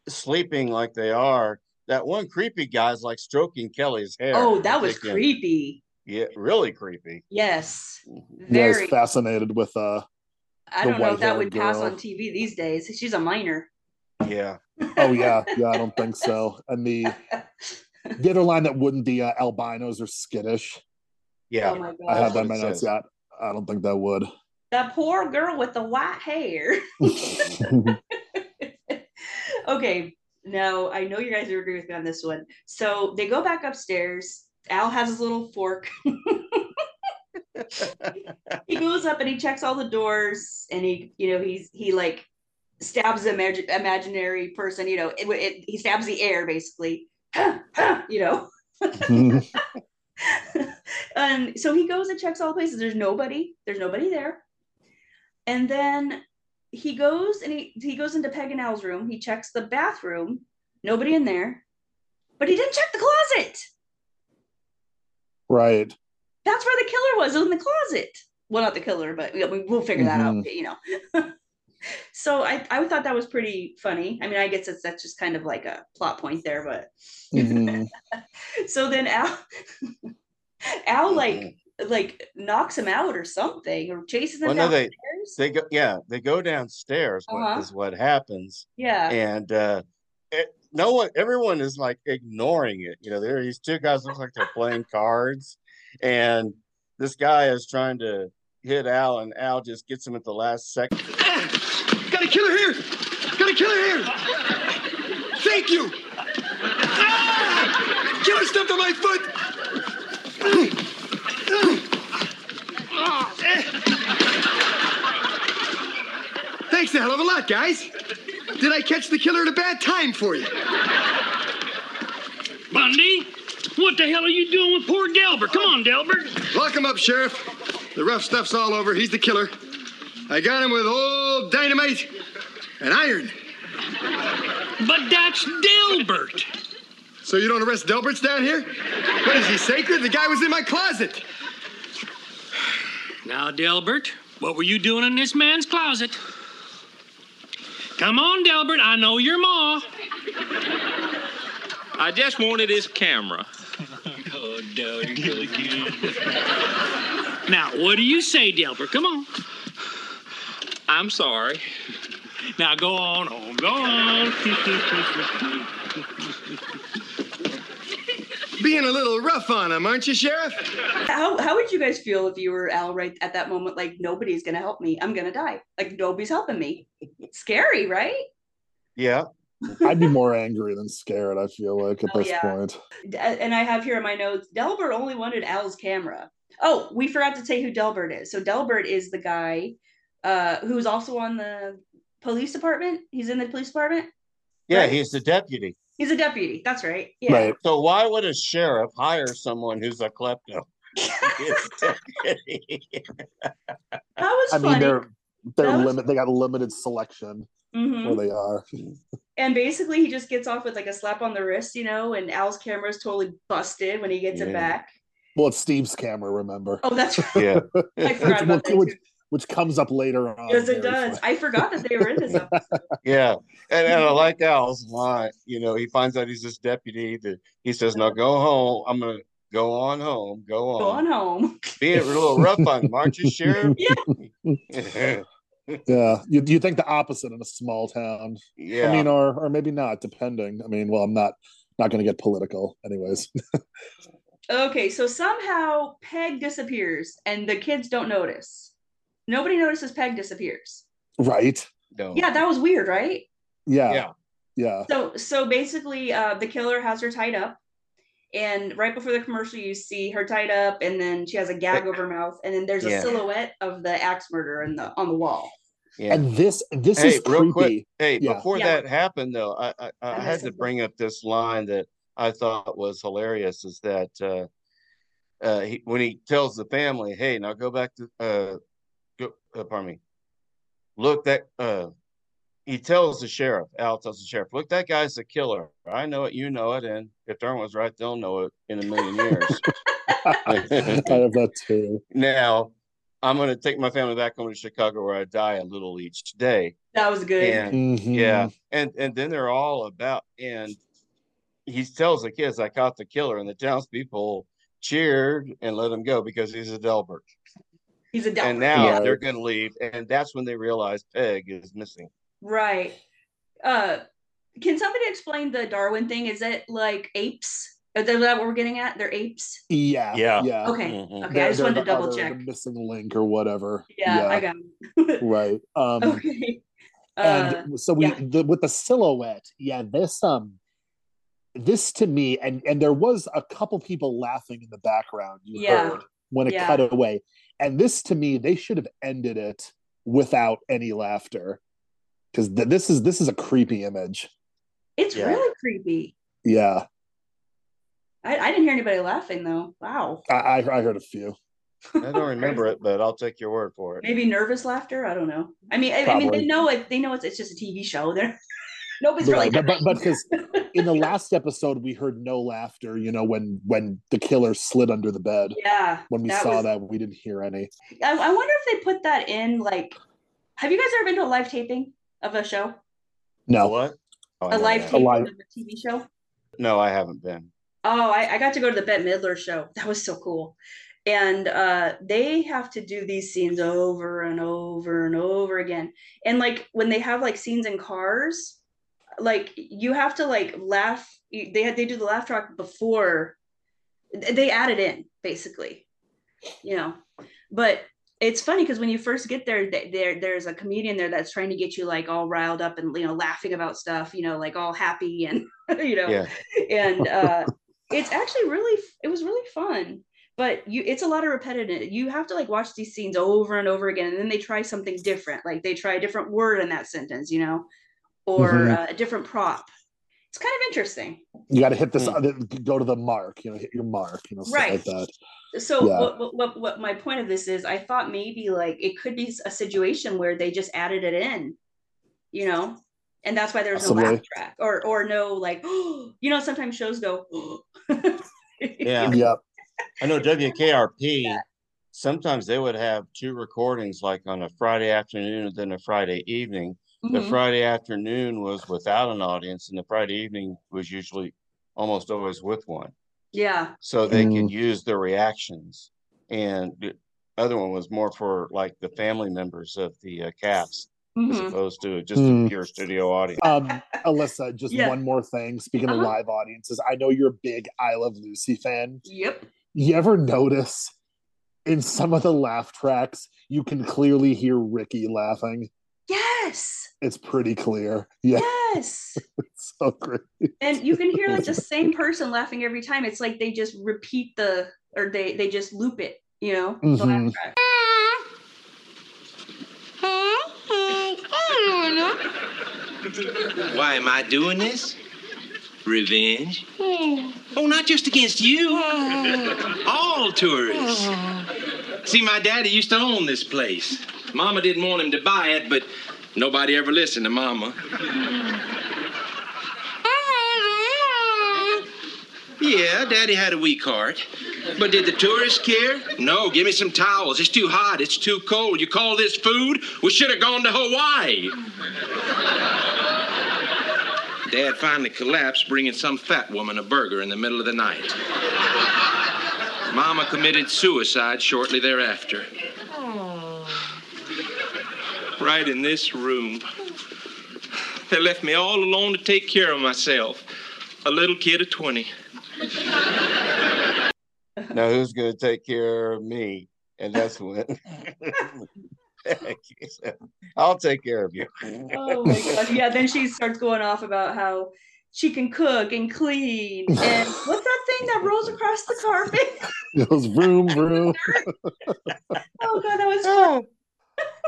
Speaker 3: sleeping like they are, that one creepy guy's like stroking Kelly's hair.
Speaker 1: oh,
Speaker 3: I'm
Speaker 1: that was
Speaker 3: thinking,
Speaker 1: creepy.
Speaker 3: Yeah, really creepy.
Speaker 1: Yes.
Speaker 2: yeah
Speaker 1: Very.
Speaker 2: he's fascinated with uh
Speaker 1: I
Speaker 2: the
Speaker 1: don't know if that
Speaker 2: white-haired
Speaker 1: would pass
Speaker 2: girl.
Speaker 1: on TV these days. She's a minor.
Speaker 3: Yeah,
Speaker 2: oh yeah yeah I don't think so and the the other line that wouldn't be uh, albinos or skittish
Speaker 3: yeah.
Speaker 1: <laughs> Oh my
Speaker 2: I
Speaker 1: god.
Speaker 2: have that
Speaker 3: That's what
Speaker 2: in my
Speaker 3: it
Speaker 2: notes
Speaker 3: says.
Speaker 2: yeah I don't think
Speaker 1: <laughs>
Speaker 2: that would <laughs>
Speaker 1: That poor girl with the white hair. <laughs> okay, now I know you guys agree with me on this one. So they go back upstairs. Al has his little fork. <laughs> he goes up and he checks all the doors, and he, you know, he's he like stabs the imag- imaginary person. You know, it, it, he stabs the air basically. <gasps> you know, and Um, so he goes and checks all the places. There's nobody. There's nobody there. And then he goes and he he goes into Peg and Al's room. He checks the bathroom. Nobody in there. But he didn't check the closet.
Speaker 2: right
Speaker 1: That's where the killer was in the closet. Well, not the killer, but we, we- we'll figure that out. You know. <laughs> so I I thought that was pretty funny. I mean, I guess that's that's just kind of like a plot point there, but.
Speaker 2: Mhm.
Speaker 1: so then Al,
Speaker 3: Mm-hmm.
Speaker 1: Al like like knocks him out or something or chases him
Speaker 3: Well, no,
Speaker 1: down.
Speaker 3: they they go. Yeah, they go downstairs. What is
Speaker 1: Uh-huh.
Speaker 3: what happens?
Speaker 1: yeah.
Speaker 3: and uh it, no one everyone is like ignoring it you know there are these two guys look like they're
Speaker 1: <laughs>
Speaker 3: playing cards and this guy is trying to hit al and al just gets him at the last second
Speaker 5: Got a killer here! Got a killer here! Thank you! Ah! Killer stepped on my foot! Thanks a hell of a lot, guys. Did I catch the killer at a bad time for you?
Speaker 7: Bundy, what the hell are you doing with poor Delbert? Come on, Delbert.
Speaker 5: Lock him up, Sheriff. The rough stuff's all over. He's the killer. I got him with old dynamite and iron.
Speaker 7: But that's Delbert.
Speaker 5: So you don't arrest Delbert's down here? What is he, sacred? The guy was in my closet.
Speaker 7: Now, Delbert, what were you doing in this man's closet? Come on, Delbert, I know your ma.
Speaker 8: I just wanted his camera.
Speaker 7: Oh, no, you're really cute. <laughs> now, what do you say, Delbert? Come on.
Speaker 8: I'm sorry.
Speaker 7: Now, go on home, go on.
Speaker 5: Being a little rough on him, aren't you, Sheriff?
Speaker 1: How how would you guys feel if you were Al right at that moment? Like nobody's gonna help me. I'm gonna die. Like nobody's helping me. Scary, right?
Speaker 3: Yeah.
Speaker 2: I'd be more angry than scared, I feel like, at
Speaker 1: Oh,
Speaker 2: this
Speaker 1: yeah.
Speaker 2: point.
Speaker 1: D- And I have here in my notes, Delbert only wanted Al's camera. Oh, we forgot to say who Delbert is. So Delbert is the guy uh, who's also on the police department. He's in the police department.
Speaker 3: Yeah,
Speaker 1: Right.
Speaker 3: he's the deputy.
Speaker 1: He's a deputy. That's right. Yeah.
Speaker 2: Right.
Speaker 3: So why would a sheriff hire someone who's a klepto? <laughs> It's deputy.
Speaker 1: That was
Speaker 2: I
Speaker 1: funny.
Speaker 2: mean they're they're
Speaker 1: That was-
Speaker 2: limit they got a limited selection
Speaker 1: Mhm.
Speaker 2: where they are.
Speaker 1: And basically, he just gets off with like a slap on the wrist, you know. And Al's camera is totally busted when he gets it
Speaker 3: Yeah.
Speaker 1: back.
Speaker 2: Well, it's Steve's camera, remember.
Speaker 1: Oh, that's right.
Speaker 2: <laughs>
Speaker 3: yeah. <laughs>
Speaker 1: I forgot about that.
Speaker 2: which,
Speaker 1: too.
Speaker 2: which comes up later on.
Speaker 1: Yes, it
Speaker 2: very
Speaker 1: does.
Speaker 2: fun.
Speaker 1: I forgot that they were in
Speaker 3: <laughs>
Speaker 1: this episode.
Speaker 3: Yeah, and, and I like Al's line. You know, he finds out he's this deputy. That he says, "Now go home. I'm gonna go on home. Go on.
Speaker 1: Go on home.
Speaker 3: Be a little rough on him, aren't you, Sheriff?"
Speaker 1: <laughs>
Speaker 2: Yeah. You you think the opposite in a small town.
Speaker 3: <laughs> yeah.
Speaker 2: I mean, or or maybe not, depending. I mean, well, I'm not not gonna get political anyways. <laughs>
Speaker 1: Okay, so somehow Peg disappears and the kids don't notice. Nobody notices Peg disappears.
Speaker 2: right.
Speaker 3: no.
Speaker 1: Yeah, that was weird, right?
Speaker 2: Yeah.
Speaker 3: Yeah.
Speaker 2: Yeah.
Speaker 3: Uh-huh.
Speaker 1: So so basically uh the killer has her tied up and right before the commercial you see her tied up and then she has a gag over her mouth and then there's a
Speaker 3: Yeah.
Speaker 1: silhouette of the axe murderer in the on the wall.
Speaker 3: yeah.
Speaker 2: And this this
Speaker 3: Hey,
Speaker 2: is creepy.
Speaker 3: real quick, Hey,
Speaker 2: Yeah.
Speaker 3: before
Speaker 1: Yeah.
Speaker 3: that happened, though, I I, I,
Speaker 1: I
Speaker 3: had
Speaker 1: missed
Speaker 3: to
Speaker 1: something.
Speaker 3: bring up this line that I thought was hilarious. Is that uh, uh, he, when he tells the family, "Hey, now go back to uh, go, uh, pardon me, look that uh, he tells the sheriff, Al tells the sheriff, look that guy's a killer. I know it, you know it, and if Darn was right, they'll know it in a million years."
Speaker 2: <laughs> I have that too.
Speaker 3: now, I'm going to take my family back home to Chicago, where I die a little each day,
Speaker 1: That was good.
Speaker 3: and
Speaker 2: Mhm.
Speaker 3: yeah, and and then they're all about, and he tells the kids, "I caught the killer," and the townspeople cheered and let him go because he's a Delbert.
Speaker 1: He's a
Speaker 3: And
Speaker 1: Delbert.
Speaker 3: now
Speaker 2: Yeah.
Speaker 3: they're going to leave, and that's when they realize Peg is missing.
Speaker 1: Right. Uh can somebody explain the Darwin thing? Is it like apes? Is that what we're getting at? They're apes?
Speaker 2: Yeah.
Speaker 3: Yeah.
Speaker 2: Yeah.
Speaker 1: Okay. Okay,
Speaker 3: Mhm.
Speaker 1: I
Speaker 2: They're-
Speaker 1: just
Speaker 2: they're
Speaker 1: wanted to
Speaker 2: the
Speaker 1: double
Speaker 2: other- the
Speaker 1: check.
Speaker 2: missing link or whatever.
Speaker 1: Yeah, I got it.
Speaker 2: right. Um,
Speaker 1: <laughs> okay. Uh,
Speaker 2: and so we
Speaker 1: yeah.
Speaker 2: the, with the silhouette yeah this um this to me and and there was a couple people laughing in the background you
Speaker 1: Yeah.
Speaker 2: heard when it
Speaker 1: Yeah.
Speaker 2: cut away and this to me they should have ended it without any laughter because th- this is this is a creepy image
Speaker 1: it's
Speaker 3: Yeah.
Speaker 1: really creepy.
Speaker 2: yeah
Speaker 1: I, I didn't hear anybody laughing though. Wow.
Speaker 2: i i, I heard a few
Speaker 3: I don't remember it, but I'll take your word for it.
Speaker 1: Maybe nervous laughter. I don't know. I mean, I, I mean,
Speaker 2: Probably.
Speaker 1: they know it. They know it's, it's just a TV show. <laughs> They're nobody's
Speaker 2: Yeah,
Speaker 1: really.
Speaker 2: but but because in the last episode we heard no laughter you know when when the killer slid under the bed
Speaker 1: <laughs> yeah.
Speaker 2: when we
Speaker 1: that
Speaker 2: saw
Speaker 1: was-
Speaker 2: that we didn't hear any
Speaker 1: I, I wonder if they put that in. Like, have you guys ever been to a live taping of a show?
Speaker 2: no
Speaker 3: What? Oh,
Speaker 1: A
Speaker 3: no,
Speaker 1: live
Speaker 3: I
Speaker 1: taping
Speaker 2: live-
Speaker 1: of a TV show.
Speaker 3: No, I haven't been.
Speaker 1: Oh, I, I got to go to the Bette Midler show. That was so cool. And uh, they have to do these scenes over and over and over again. And like when they have like scenes in cars, like you have to like laugh. you- They had they do the laugh track before they add it in, basically. You know, but it's funny because when you first get there, th- there there's a comedian there that's trying to get you like all riled up and you know laughing about stuff, you know, like all happy and <laughs> you know
Speaker 3: Yeah.
Speaker 1: and
Speaker 2: <laughs>
Speaker 1: uh, it's actually really it was really fun but you it's a lot of repetitive you have to like watch these scenes over and over again and then they try something different like they try a different word in that sentence you know or
Speaker 2: Mhm.
Speaker 1: uh, a different prop it's kind of interesting
Speaker 2: you got to hit this go to the mark you know hit your mark you know stuff
Speaker 1: Hmm. Right.
Speaker 2: like that
Speaker 1: so
Speaker 2: Yeah.
Speaker 1: what, what, what, what my point of this is i thought maybe like it could be a situation where they just added it in you know and that's why there's no laugh
Speaker 2: Possibly.
Speaker 1: track or or no like <gasps> you know sometimes <gasps> shows go
Speaker 3: Yeah.
Speaker 2: yep
Speaker 3: I know WKRP sometimes they would have two recordings like on a Friday afternoon and then a Friday evening. The
Speaker 2: Mm-hmm.
Speaker 1: Mhm.
Speaker 3: Friday afternoon was without an audience, and the Friday evening was usually almost always with one.
Speaker 1: Yeah.
Speaker 3: so they
Speaker 2: Mm.
Speaker 3: could use their reactions. And the other one was more for like the family members of the uh, cast
Speaker 2: Mm-hmm.
Speaker 3: as
Speaker 1: Mhm.
Speaker 3: opposed to just
Speaker 2: Mm.
Speaker 3: a pure studio audience.
Speaker 1: <laughs>
Speaker 2: Um, Alyssa, just
Speaker 1: Yeah.
Speaker 2: one more thing. Speaking of
Speaker 1: Uh-huh.
Speaker 2: live audiences, I know you're a big I Love Lucy fan.
Speaker 1: Yep.
Speaker 2: You ever notice in some of the laugh tracks, you can clearly hear Ricky laughing?
Speaker 1: Yes.
Speaker 2: It's pretty clear. <laughs> Yeah,
Speaker 1: Yes.
Speaker 2: it's so great.
Speaker 1: and you can hear like the same person laughing every time. It's like they just repeat the or they they just loop it. You know. the laugh
Speaker 2: Mhm.
Speaker 1: track.
Speaker 6: oh,
Speaker 9: Why am I doing this? Revenge? Oh, not just against you. All tourists. See, my daddy used to own this place. Mama didn't want him to buy it, but nobody ever listened to Mama. Yeah, Daddy had a weak heart. But did the tourists care? No, give me some towels. It's too hot. It's too cold. You call this food? We should have gone to Hawaii. Dad finally collapsed, bringing some fat woman a burger in the middle of the night. Mama committed suicide shortly thereafter. Right in this room. They left me all alone to take care of myself. A little kid of 20.
Speaker 3: Now, who's going to take care of me? And that's when <laughs> I'll take care of you.
Speaker 1: Oh my god. Yeah. Then she starts going off about how she can cook and
Speaker 2: <laughs>
Speaker 1: clean and what's that thing that rolls across the carpet? <laughs>
Speaker 2: It was vroom, vroom.
Speaker 1: oh god, that was fun.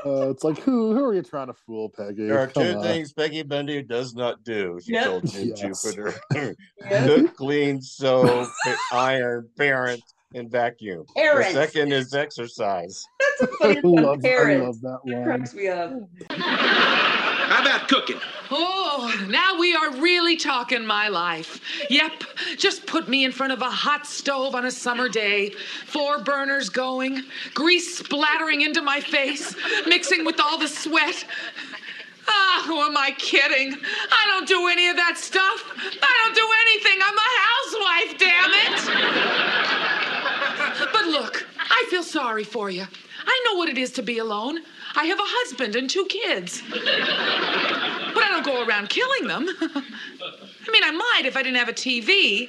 Speaker 2: Uh, it's like, who, who are you trying to fool, Peggy?
Speaker 3: There are
Speaker 2: Come
Speaker 3: two
Speaker 2: on.
Speaker 3: things Peggy Bundy does not do. She
Speaker 1: Yep.
Speaker 3: told Jim
Speaker 2: Yes.
Speaker 3: Jupiter <laughs>
Speaker 1: Yeah.
Speaker 3: cook, clean, sew, pa- iron, parent, and vacuum. The
Speaker 1: Errands.
Speaker 3: second is exercise. <laughs>
Speaker 1: That's a
Speaker 2: I
Speaker 1: funny one.
Speaker 2: love, I
Speaker 1: Parents.
Speaker 2: love that
Speaker 1: That
Speaker 2: line.
Speaker 1: cracks me up.
Speaker 9: How about cooking?
Speaker 6: Oh, now we are really talking my life. Yep, just put me in front of a hot stove on a summer day, four burners going, grease splattering into my face, mixing with all the sweat. Ah, who am I kidding? I don't do any of that stuff. I don't do anything. I'm a housewife, damn it. But look, I feel sorry for you. I know what it is to be alone. I have a husband and two kids. But I don't go around killing them. <laughs> I mean, I might if I didn't have a TV.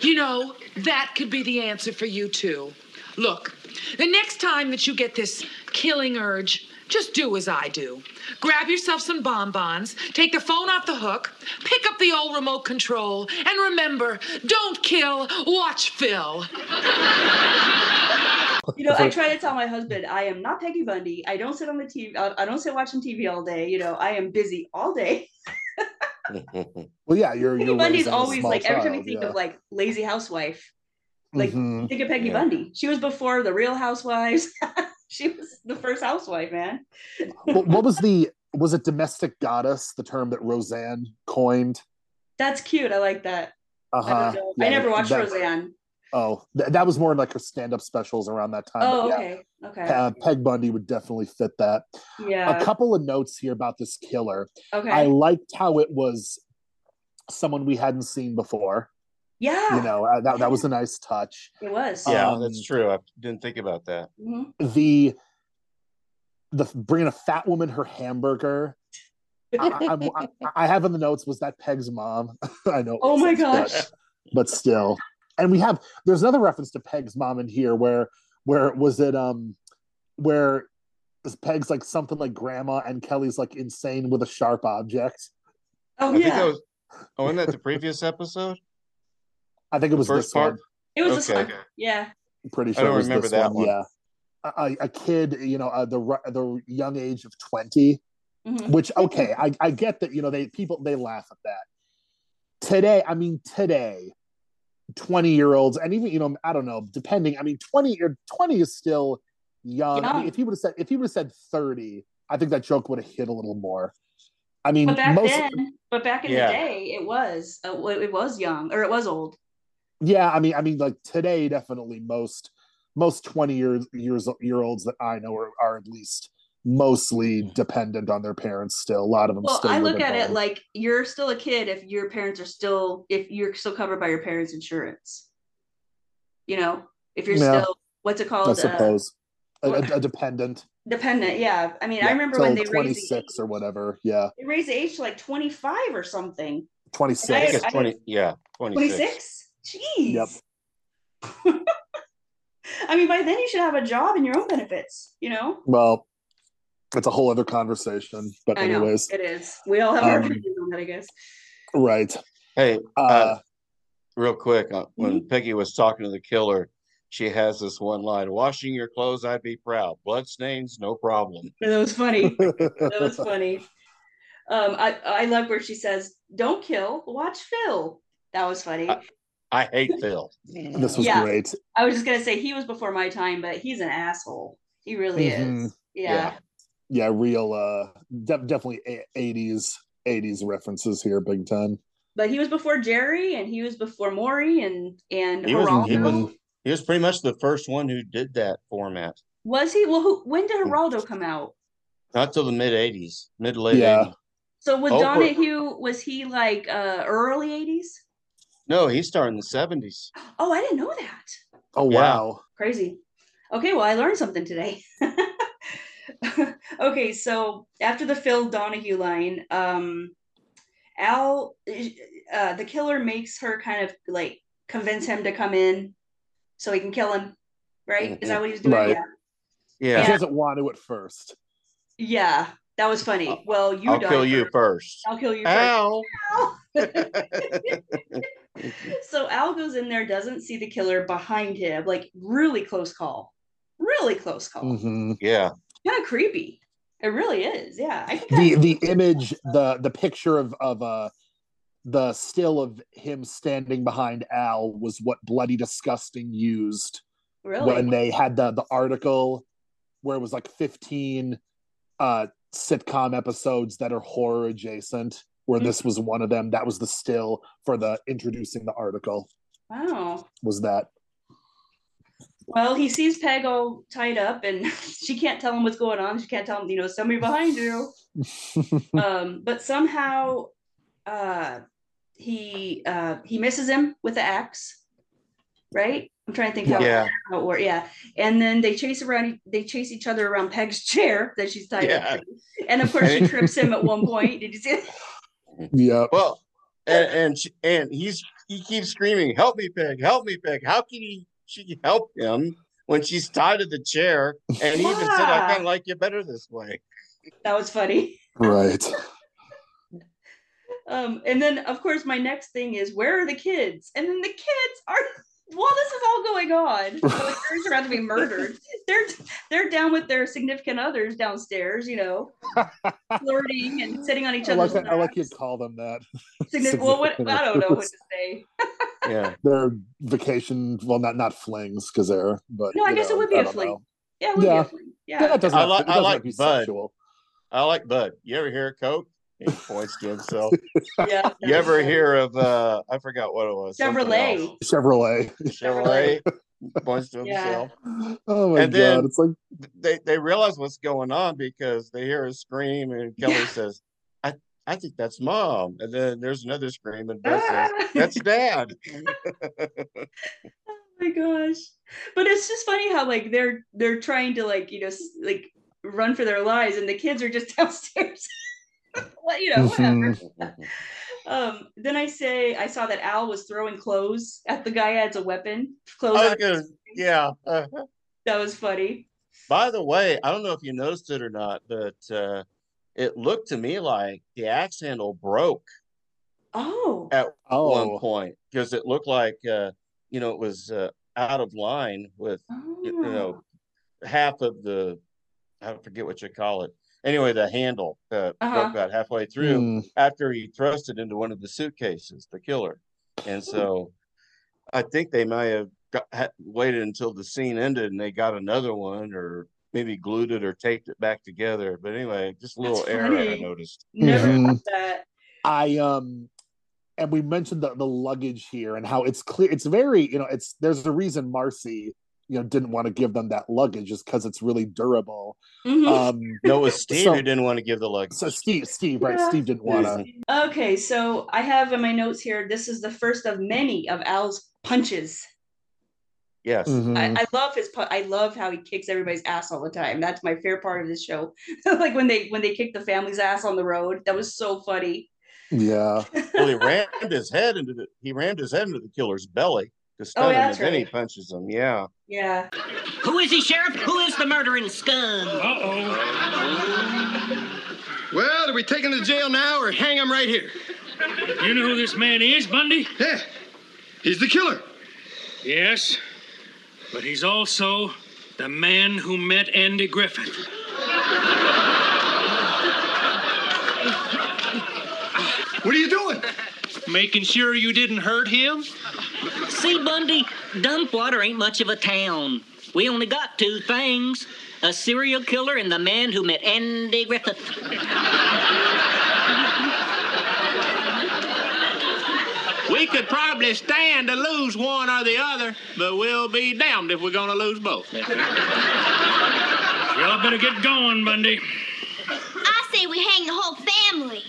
Speaker 6: You know, that could be the answer for you, too. Look, the next time that you get this killing urge, just do as I do. Grab yourself some bonbons, take the phone off the hook, pick up the old remote control, and remember don't kill, watch Phil.
Speaker 1: You know, I try to tell my husband I am not Peggy Bundy. I don't sit on the TV. I I don't sit watching TV all day. You know, I am busy all day.
Speaker 2: Well, yeah, you're,
Speaker 1: Peggy
Speaker 2: you're
Speaker 1: Bundy's
Speaker 2: raising a
Speaker 1: always
Speaker 2: small
Speaker 1: like every time you
Speaker 2: child,
Speaker 1: think
Speaker 2: yeah.
Speaker 1: of like lazy housewife, like
Speaker 2: Mhm.
Speaker 1: you think of Peggy
Speaker 3: Yeah.
Speaker 1: Bundy. She was before the Real Housewives. <laughs> she was the first housewife, man.
Speaker 2: what, what was the was it domestic goddess the term that roseanne coined
Speaker 1: That's cute. I like that. I,
Speaker 2: uh-huh
Speaker 1: don't know.
Speaker 2: Yeah,
Speaker 1: I never watched
Speaker 2: that-
Speaker 1: Roseanne.
Speaker 2: oh th- that was more like her stand-up specials around that time
Speaker 1: Oh,
Speaker 2: but uh, yeah,
Speaker 1: okay, okay,
Speaker 2: uh, peg bundy would definitely fit that
Speaker 1: yeah,
Speaker 2: a couple of notes here about this killer
Speaker 1: okay,
Speaker 2: i liked how it was someone we hadn't seen before
Speaker 1: yeah.
Speaker 2: you know uh, that, that was a nice touch
Speaker 1: it was.
Speaker 3: Yeah,
Speaker 2: Um,
Speaker 3: that's true. I didn't think about that.
Speaker 1: Mhm.
Speaker 2: the the bringing a fat woman her hamburger I, I, I'm- I, I have in the notes was that Peg's mom. <laughs> I know. it
Speaker 1: Oh
Speaker 2: makes
Speaker 1: my
Speaker 2: sense, but-
Speaker 1: gosh.
Speaker 2: but still. And we have there's another reference to Peg's mom in here where where was it um where is Peg's like something like grandma and Kelly's like insane with a sharp object.
Speaker 1: <laughs> Oh
Speaker 3: I think
Speaker 1: yeah,
Speaker 3: that was. Oh, isn't that the previous episode?
Speaker 2: I think it
Speaker 3: The
Speaker 2: was
Speaker 3: first
Speaker 2: this
Speaker 3: part.
Speaker 2: one.
Speaker 1: it was just
Speaker 3: okay.
Speaker 1: yeah.
Speaker 2: I'm pretty
Speaker 3: I
Speaker 2: sure
Speaker 3: don't
Speaker 2: it was
Speaker 3: remember
Speaker 2: this
Speaker 3: that
Speaker 2: one.
Speaker 3: one.
Speaker 2: Yeah. A, a- a kid, you know, uh, the ru- the young age of twenty,
Speaker 1: Mhm.
Speaker 2: which okay, I, I get that you know they people they laugh at that. Today, I mean today, twenty year olds and even you know I don't know depending. I mean twenty or twenty is still young. I mean,
Speaker 1: Young.
Speaker 2: if he would have said if he would have said thirty, I think that joke would have hit a little more. I mean,
Speaker 1: But back
Speaker 2: most
Speaker 1: then, but back in
Speaker 3: Yeah.
Speaker 1: the day, it was uh, w- it was young or it was old.
Speaker 2: yeah. I mean, I mean like today, definitely most most 20 years years year olds that I know are, are at least mostly dependent on their parents still. A lot of them
Speaker 1: Well,
Speaker 2: still
Speaker 1: I
Speaker 2: live
Speaker 1: look at it
Speaker 2: home.
Speaker 1: like you're still a kid if your parents are still if you're still covered by your parents' insurance. You know, if you're
Speaker 2: Yeah.
Speaker 1: still what's it called?
Speaker 2: I
Speaker 1: uh,
Speaker 2: suppose. A-
Speaker 1: what-
Speaker 2: a, a dependent.
Speaker 1: dependent. Yeah, I mean, I
Speaker 2: Yeah,
Speaker 1: remember when
Speaker 2: till
Speaker 1: they raised the,
Speaker 2: 26 or whatever. Yeah.
Speaker 1: they raised the age to like 25 or something.
Speaker 3: <laughs> I think
Speaker 2: 26.
Speaker 3: it's twenty. Yeah, twenty
Speaker 1: 26.
Speaker 3: six.
Speaker 1: Jeez. <laughs> I mean, by then you should have a job and your own benefits. You know.
Speaker 2: Well, it's a whole other conversation. But
Speaker 1: I know
Speaker 2: anyways,
Speaker 1: it is. We all have our
Speaker 2: Um,
Speaker 1: opinions on that, I guess.
Speaker 2: right.
Speaker 3: Hey, uh,
Speaker 2: Uh,
Speaker 3: real quick, uh, when Peggy was talking to the killer, she has this one line: "Washing your clothes, I'd be proud. Blood stains, no problem."
Speaker 1: That was
Speaker 2: <laughs>
Speaker 1: funny. that was funny. Um, I I love where she says, "Don't kill, watch Phil." That was funny. I,
Speaker 3: I hate <laughs> Phil.
Speaker 2: This was
Speaker 1: Yeah.
Speaker 2: great.
Speaker 1: was just gonna say he was before my time, but he's an asshole. He really
Speaker 2: Mhm.
Speaker 1: is. Yeah.
Speaker 2: Yeah, real uh de- definitely a- 80s 80s references here big time.
Speaker 1: But he was before Jerry, and he was before Maury, and and
Speaker 3: He
Speaker 1: Geraldo.
Speaker 3: was, he
Speaker 1: Was,
Speaker 3: was he was pretty much the first one who did that format.
Speaker 1: he? Well, who, when did Geraldo come out?
Speaker 3: Not till the mid '80s, mid late
Speaker 2: Yeah.
Speaker 3: '80s.
Speaker 1: So with
Speaker 3: Oprah-
Speaker 1: Donahue, was he like uh early '80s?
Speaker 3: No, he started in the '70s.
Speaker 1: Oh, I didn't know that.
Speaker 2: Oh
Speaker 3: Yeah.
Speaker 2: wow.
Speaker 1: crazy okay well i learned something today <laughs> okay so after the phil donahue line um al uh, the killer makes her kind of like convince him to come in so he can kill him right is that what he was doing
Speaker 2: Right.
Speaker 1: yeah
Speaker 2: She
Speaker 3: Yeah,
Speaker 2: doesn't want to at first.
Speaker 1: yeah that was funny well you
Speaker 3: I'll
Speaker 1: die
Speaker 3: kill you Ah.
Speaker 1: first.
Speaker 3: first.
Speaker 1: i'll kill you first.
Speaker 3: Ow!
Speaker 1: so Al goes in there, doesn't see the killer behind him, like really close call, really close call.
Speaker 3: Mm-hmm.
Speaker 2: Mhm.
Speaker 3: <laughs> Yeah,
Speaker 1: Kind of creepy. It really is. Yeah, I can kinda-
Speaker 2: the the image the the picture of of uh the still of him standing behind al was what bloody disgusting used
Speaker 1: really.
Speaker 2: when they had the the article where it was like 15 uh sitcom episodes that are horror adjacent where
Speaker 1: Hmm.
Speaker 2: this was one of them that was the still for the introducing the article
Speaker 1: wow.
Speaker 2: was that
Speaker 1: Well, he sees Peg all tied up, and <laughs> she can't tell him what's going on. She can't tell him, you know, somebody behind
Speaker 3: <laughs>
Speaker 1: you. um, but somehow, uh, he uh, he misses him with the axe, right? I'm trying to think how
Speaker 3: Yeah.
Speaker 1: how it worked. Yeah, and then they chase around. They chase each other around Peg's chair that she's tied
Speaker 3: yeah.
Speaker 1: up, to. and of course she trips him at
Speaker 3: <laughs>
Speaker 1: one point. Did you see? That? Hmm.
Speaker 2: yeah
Speaker 3: Well, and and, she, and he's he keeps screaming, "Help me, Peg! Help me, Peg! How can he she help him when she's tied to the chair?" And he even said, "I
Speaker 1: Yeah.
Speaker 3: kind of like you better this way."
Speaker 1: That was funny.
Speaker 2: right
Speaker 1: Um, and then of course my next thing is where are the kids? And then the kids are <laughs> while this is all going on,
Speaker 2: <laughs>
Speaker 1: the parents are about to be murdered. They're they're down with their significant others downstairs, you know, flirting and sitting on each
Speaker 2: I like,
Speaker 1: other's
Speaker 2: that, I like you
Speaker 1: laps.
Speaker 2: call them that
Speaker 1: Significant- well, what,
Speaker 2: significant
Speaker 1: I don't know what
Speaker 2: others.
Speaker 1: to say.
Speaker 3: Yeah,
Speaker 2: they're vacation well not not flings because they're but
Speaker 1: No, I
Speaker 2: you
Speaker 1: guess it
Speaker 2: know,
Speaker 1: would be a
Speaker 2: don't
Speaker 1: fling.
Speaker 2: know.
Speaker 1: Yeah, it would
Speaker 2: Yeah.
Speaker 1: be a fling.
Speaker 2: Yeah,
Speaker 1: Yeah.
Speaker 2: it doesn't
Speaker 3: I
Speaker 2: have
Speaker 3: like-
Speaker 2: to, it
Speaker 3: I
Speaker 2: doesn't
Speaker 3: like
Speaker 2: have to be
Speaker 3: Bud.
Speaker 2: sexual.
Speaker 3: I like Bud. You ever hear of Coke? And he points to himself.
Speaker 1: Yeah. that
Speaker 3: You
Speaker 1: was
Speaker 3: ever
Speaker 1: funny.
Speaker 3: hear of uh I forgot what it was. something else.
Speaker 1: Chevrolet.
Speaker 2: Chevrolet. <laughs>
Speaker 3: Chevrolet points to
Speaker 1: Yeah.
Speaker 3: himself.
Speaker 2: Oh my
Speaker 3: And then-
Speaker 2: god, it's like
Speaker 3: They they realize what's going on because they hear a scream and Kelly
Speaker 1: Yeah.
Speaker 3: says, I I think that's mom. And then there's another scream and
Speaker 1: <laughs>
Speaker 3: Bud says,
Speaker 1: Ah.
Speaker 3: That's dad. <laughs>
Speaker 1: Oh my gosh. But it's just funny how like they're they're trying to like, you know, s- like run for their lives and the kids are just <laughs> downstairs. well, you know, whatever.
Speaker 2: mhm.
Speaker 1: Um, then I say I saw that Al was throwing clothes at the guy as <laughs> a weapon. Clothes
Speaker 3: I was
Speaker 1: out.
Speaker 3: gonna Oh, yeah. uh,
Speaker 1: <laughs> That was funny.
Speaker 3: by the way, I don't know if you noticed it or not, but uh it looked to me like the axe handle broke.
Speaker 1: Oh.
Speaker 3: At one
Speaker 2: <laughs> oh
Speaker 3: point because it looked like uh, you know it was uh, out of line with
Speaker 1: Oh.
Speaker 3: you know
Speaker 1: Hmm.
Speaker 3: half of the I forget what you call it. Anyway, the handle uh,
Speaker 1: Uh-huh.
Speaker 3: broke about halfway through
Speaker 2: hmm.
Speaker 3: after he thrust it into one of the suitcases, the killer, and
Speaker 1: Hmm.
Speaker 3: so I think they may have got, ha waited until the scene ended and they got another one or. Maybe glued it or taped it back together, but anyway, just a
Speaker 1: That's
Speaker 3: little error I
Speaker 1: funny.
Speaker 3: noticed.
Speaker 1: Never
Speaker 2: Mhm.
Speaker 1: thought that.
Speaker 2: I um and we mentioned the, the luggage here and how it's clear it's very you know it's there's a reason Marcy you know didn't want to give them that luggage is because it's really
Speaker 1: <laughs>
Speaker 2: durable.
Speaker 1: Mhm.
Speaker 2: Um,
Speaker 3: No, it
Speaker 1: <laughs>
Speaker 3: was Steve
Speaker 2: So-
Speaker 3: who didn't want to give the luggage.
Speaker 2: so Steve, Steve, right?
Speaker 1: Yeah.
Speaker 2: Steve didn't want to.
Speaker 1: Okay, so I have in my notes here. This is the first of many of Al's punches.
Speaker 3: Yes.
Speaker 2: Mm.
Speaker 1: I, I love his. pu- I love how he kicks everybody's ass all the time. That's my favorite part of this show. <laughs> like when they when they kicked the family's ass on the road. That was so funny. <laughs>
Speaker 2: Yeah,
Speaker 3: Well, he rammed his head into the he rammed his head into the killer's belly to stun
Speaker 1: Oh, yeah,
Speaker 3: him, and
Speaker 1: that's
Speaker 3: then he
Speaker 1: right.
Speaker 3: punches
Speaker 1: <laughs>
Speaker 3: him. Yeah.
Speaker 1: Yeah.
Speaker 10: Who is he, Sheriff? Who is the murdering scum?
Speaker 5: Well, do we take him to jail now or hang him right here?
Speaker 7: You know who this man is, Bundy?
Speaker 5: Yeah, he's the killer.
Speaker 7: Yes. But he's also the man who met Andy Griffith.
Speaker 5: What are you doing?
Speaker 8: Making sure you didn't hurt him?
Speaker 10: See, Bundy, Dumbwater ain't much of a town. We only got two things a serial killer and the man who met Andy Griffith.
Speaker 8: We could probably stand to lose one or the other, but we'll be damned if we're going to lose both.
Speaker 7: Y'all better get going, Bundy.
Speaker 11: I say we hang the whole family.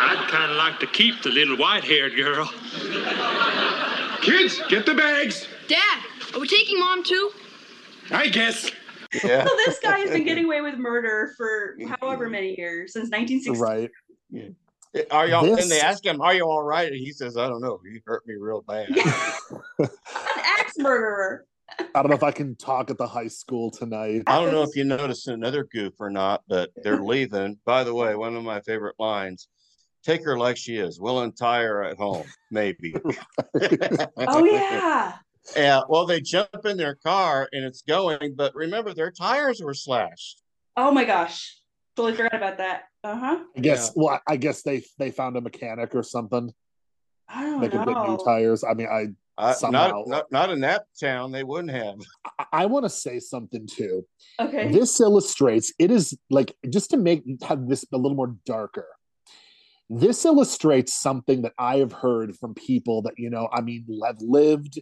Speaker 7: I'd kind of like to keep the little white-haired girl.
Speaker 5: Kids, get the bags.
Speaker 4: Dad, are we taking Mom too?
Speaker 5: I guess.
Speaker 3: Yeah.
Speaker 1: So this guy has been
Speaker 2: <laughs>
Speaker 1: getting away with murder for however many years since 1960.
Speaker 2: right.
Speaker 3: Are y'all
Speaker 2: This-
Speaker 3: and they ask him, Are you all right? And he says, I don't know. You hurt me real bad.
Speaker 1: <laughs> An axe
Speaker 2: <laughs>
Speaker 1: murderer.
Speaker 2: I don't know if I can talk at the high school tonight.
Speaker 3: I don't know if you noticed another goof or not, but
Speaker 1: <laughs>
Speaker 3: they're leaving. By the way, one of my favorite lines take her like she is. We'll untie her at home,
Speaker 1: <laughs>
Speaker 3: maybe. <laughs>
Speaker 1: Oh yeah.
Speaker 3: Yeah. Well, they jump in their car and it's going, but remember their tires were slashed.
Speaker 1: Oh my gosh. Totally forgot about that. Uh huh.
Speaker 2: I guess. Well, I guess they they found a mechanic or something.
Speaker 1: I don't
Speaker 2: They could get new
Speaker 1: know.
Speaker 2: tires. I mean, I
Speaker 3: Uh,
Speaker 2: Somehow.
Speaker 3: not, not not in that town, they wouldn't have.
Speaker 2: I- I want to say something too.
Speaker 1: Okay.
Speaker 2: This illustrates it is like just to make have this a little more darker. This illustrates something that I have heard from people that you know, I mean, have lived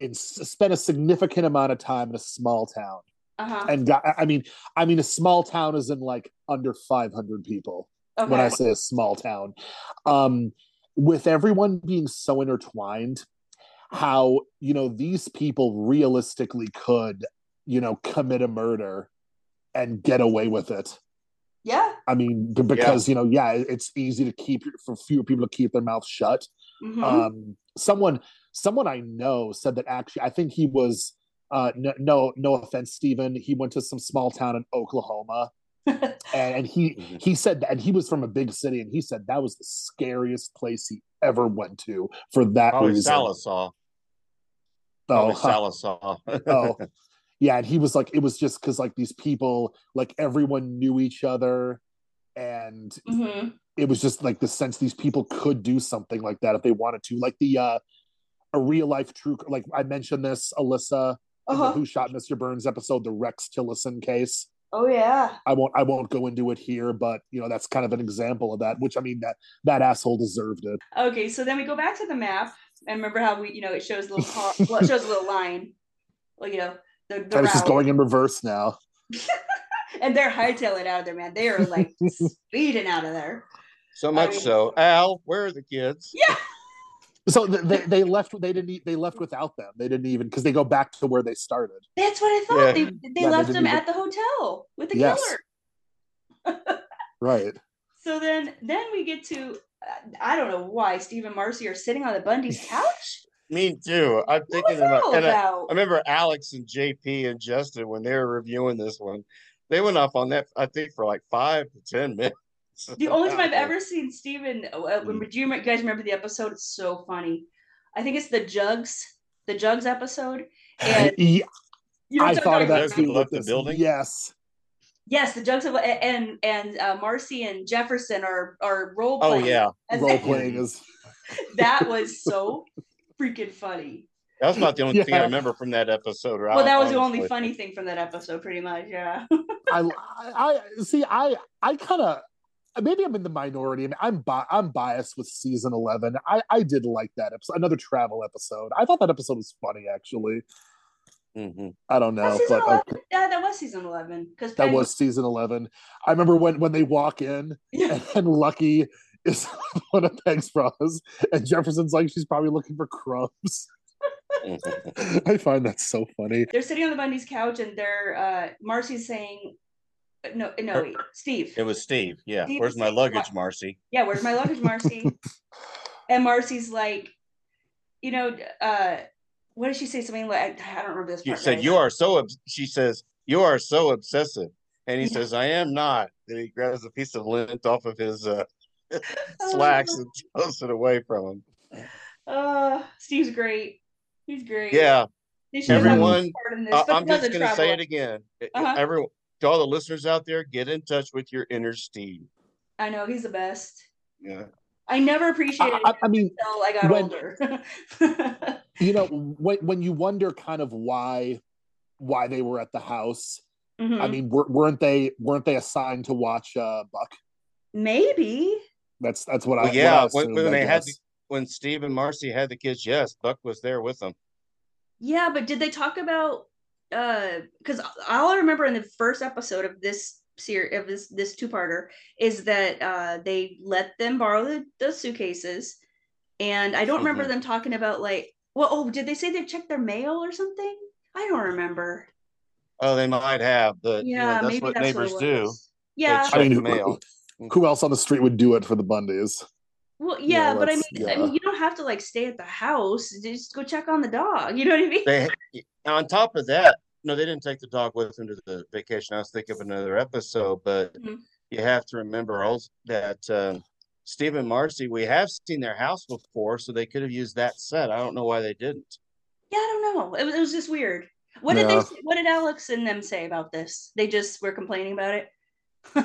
Speaker 2: and spent a significant amount of time in a small town,
Speaker 1: Uh huh.
Speaker 2: and got, I mean, I mean, a small town is in like under five hundred people.
Speaker 1: Okay.
Speaker 2: when I say a small town. Um, with everyone being so intertwined, how you know these people realistically could, you know, commit a murder and get away with it.
Speaker 1: yeah.
Speaker 2: I mean, b- because you know, yeah, it- it's easy to keep for fewer people to keep their mouth shut.
Speaker 1: hmm
Speaker 2: Um, someone, someone I know said that actually, I think he was. Uh, no, no, no offense, Stephen. He went to some small town in Oklahoma, and, and he
Speaker 3: Mhm.
Speaker 2: he said that and he was from a big city and he said that was the scariest place he ever went to for that
Speaker 3: Probably
Speaker 2: reason
Speaker 3: Salisaw.
Speaker 1: <laughs>
Speaker 2: <laughs> oh,
Speaker 3: Probably Salisaw.
Speaker 2: oh yeah and he was like it was just because like these people like everyone knew each other and
Speaker 1: hmm
Speaker 2: it was just like the sense these people could do something like that if they wanted to like the uh a real life true like i mentioned this alyssa in the
Speaker 1: Uh-huh.
Speaker 2: who shot mr burns episode the rex tillison case
Speaker 1: Oh yeah.
Speaker 2: I won't I won't go into it here, but you know that's kind of an example of that. Which I mean that that asshole deserved it.
Speaker 1: Okay, so then we go back to the map and remember how we, you know, it shows a little
Speaker 2: <laughs>
Speaker 1: car, well, it shows a little line, well, you know, the, the
Speaker 2: And it's just
Speaker 1: route,
Speaker 2: going in reverse now.
Speaker 1: and they're hightailing out of there, man. They are
Speaker 2: <laughs>
Speaker 1: like speeding out of there.
Speaker 3: <laughs> so much
Speaker 1: mean-
Speaker 3: so. Al, where are the kids?
Speaker 1: Yeah.
Speaker 2: So th- they they left they didn't e- they left without them. They didn't even because they go back to where they started.
Speaker 1: That's what I
Speaker 3: Yeah.
Speaker 1: thought. They, they
Speaker 2: Yeah, they
Speaker 1: left
Speaker 2: didn't
Speaker 1: him
Speaker 2: even-
Speaker 1: at the hotel with the
Speaker 2: Yes.
Speaker 1: killer.
Speaker 2: Right.
Speaker 1: So then, then we get to, uh, I don't know why Steve and Marcy are sitting on the
Speaker 2: <laughs>
Speaker 1: Bundy's couch.
Speaker 3: Me too. I'm
Speaker 1: What was
Speaker 3: thinking
Speaker 1: that
Speaker 3: about,
Speaker 1: all
Speaker 3: and I,
Speaker 1: about?
Speaker 3: I remember Alex and JP and Justin when they were reviewing this one. They went off on that, I think, for like five to ten minutes.
Speaker 1: <laughs> The
Speaker 3: "Oh,
Speaker 1: only time I've ever seen Steven, uh, uh,
Speaker 2: Mm.
Speaker 1: remember- do you rem- guys remember the episode? It's so funny. I think it's the Jugs, the Jugs
Speaker 2: <laughs>
Speaker 1: episode. And
Speaker 2: Yeah,
Speaker 1: you know
Speaker 2: E, I
Speaker 1: what I'm
Speaker 2: thought of
Speaker 1: talking
Speaker 2: that
Speaker 3: Those
Speaker 1: about?
Speaker 3: who
Speaker 2: too. with
Speaker 3: left the
Speaker 2: this.
Speaker 3: building?
Speaker 2: Yes.
Speaker 1: Yes, the Jugs of, and and uh, Marcy and Jefferson are are role
Speaker 3: <laughs> Oh
Speaker 1: playing.
Speaker 3: yeah,
Speaker 2: Role playing is
Speaker 1: that was so freaking funny.
Speaker 3: that's not the only thing I
Speaker 2: Yeah.
Speaker 3: remember from that episode. Or
Speaker 1: Well,
Speaker 3: I-
Speaker 1: that was the only
Speaker 3: honestly.
Speaker 1: funny thing from that episode, pretty much. Yeah.
Speaker 2: I I see I I kind of maybe I'm in the minority. I mean, I'm bi- I'm biased with season eleven. I I did like that episode, another travel episode. I thought that episode was funny actually.
Speaker 3: Mm-hmm,
Speaker 1: <laughs>
Speaker 2: I don't know,
Speaker 1: That's season
Speaker 2: but uh,
Speaker 1: 11. Yeah, that was season 11. Because
Speaker 2: that was season eleven. I remember when when they walk in and, and Lucky is <laughs> one of Peg's bras, and Jefferson's like she's probably looking for crumbs. <laughs>
Speaker 3: mm-hmm.
Speaker 2: I find that so funny.
Speaker 1: they're sitting on the Bundy's couch and they're uh Marcy's saying uh, no no wait, Steve.
Speaker 3: It was Steve. Yeah.
Speaker 1: Steve
Speaker 3: Where's
Speaker 1: was
Speaker 3: my
Speaker 1: like,
Speaker 3: luggage,
Speaker 1: "What?"
Speaker 3: Marcy?
Speaker 1: Yeah, where's my luggage, Marcy? and Marcy's like, you know, uh what did she say? Something like I don't remember this
Speaker 3: She
Speaker 1: part.
Speaker 3: said,
Speaker 1: guys.
Speaker 3: "You are so." Obs-, she says, "You are so obsessive," and he says, "I am not." Then he grabs a piece of lint off of
Speaker 1: <laughs>
Speaker 3: his uh, slacks and throws it away from him.
Speaker 1: Uh Steve's great. He's great.
Speaker 3: Yeah,
Speaker 1: They should have had
Speaker 3: everyone.
Speaker 1: more part in this,
Speaker 3: I-
Speaker 1: but
Speaker 3: I'm
Speaker 1: another
Speaker 3: just going to say
Speaker 1: traveler.
Speaker 3: it again. It-
Speaker 1: Uh-huh.
Speaker 3: Everyone, to all the listeners out there, get in touch with your inner Steve.
Speaker 1: I know he's the best.
Speaker 3: Yeah.
Speaker 1: I never appreciated
Speaker 2: I,
Speaker 1: him
Speaker 2: I mean,
Speaker 1: until I got
Speaker 2: when-
Speaker 1: older. <laughs>
Speaker 2: you know when when you wonder kind of why why they were at the house i
Speaker 1: Mhm.
Speaker 2: mean wer- weren't they weren't they assigned to watch uh buck
Speaker 1: Maybe.
Speaker 2: that's that's what i
Speaker 3: Well,
Speaker 2: what
Speaker 3: yeah,
Speaker 2: I
Speaker 3: when,
Speaker 2: assumed,
Speaker 3: when
Speaker 2: I
Speaker 3: they had the,
Speaker 2: guess.
Speaker 3: when Steve and Marcy had the kids, yes, Buck was there with them.
Speaker 1: Yeah, but did they talk about uh because all I remember in the first episode of this series of this this two-parter is that uh they let them borrow the, the suitcases and I don't remember
Speaker 3: Mm-hmm.
Speaker 12: Mhm.
Speaker 1: them talking about like well oh did they say they checked their mail or something? I don't remember.
Speaker 3: Oh, they might have, but you know,
Speaker 1: Yeah,
Speaker 3: that's
Speaker 1: maybe
Speaker 3: what
Speaker 1: that's what it
Speaker 3: neighbors do.
Speaker 1: was. Yeah.
Speaker 2: i mean
Speaker 3: check
Speaker 2: who,
Speaker 3: mail.
Speaker 2: who else on the street would do it for the bundys
Speaker 1: Well,
Speaker 2: you know,
Speaker 1: yeah, but I mean,
Speaker 2: that's-
Speaker 1: I mean,
Speaker 2: yeah.
Speaker 1: you don't have to like stay at the house. Just go check on the dog. You know what I mean?
Speaker 3: They on top of that, no, they didn't take the dog with them to the vacation. I was thinking of another episode, but
Speaker 1: Mhm.
Speaker 3: you have to remember also that um, Steve and Marcy, we have seen their house before, so they could have used that set. I don't know why they didn't.
Speaker 1: Yeah, I don't know. It was, it was just weird. What did they?
Speaker 3: Yeah.
Speaker 1: Say, what did Alex and them say about this? They just were complaining about it.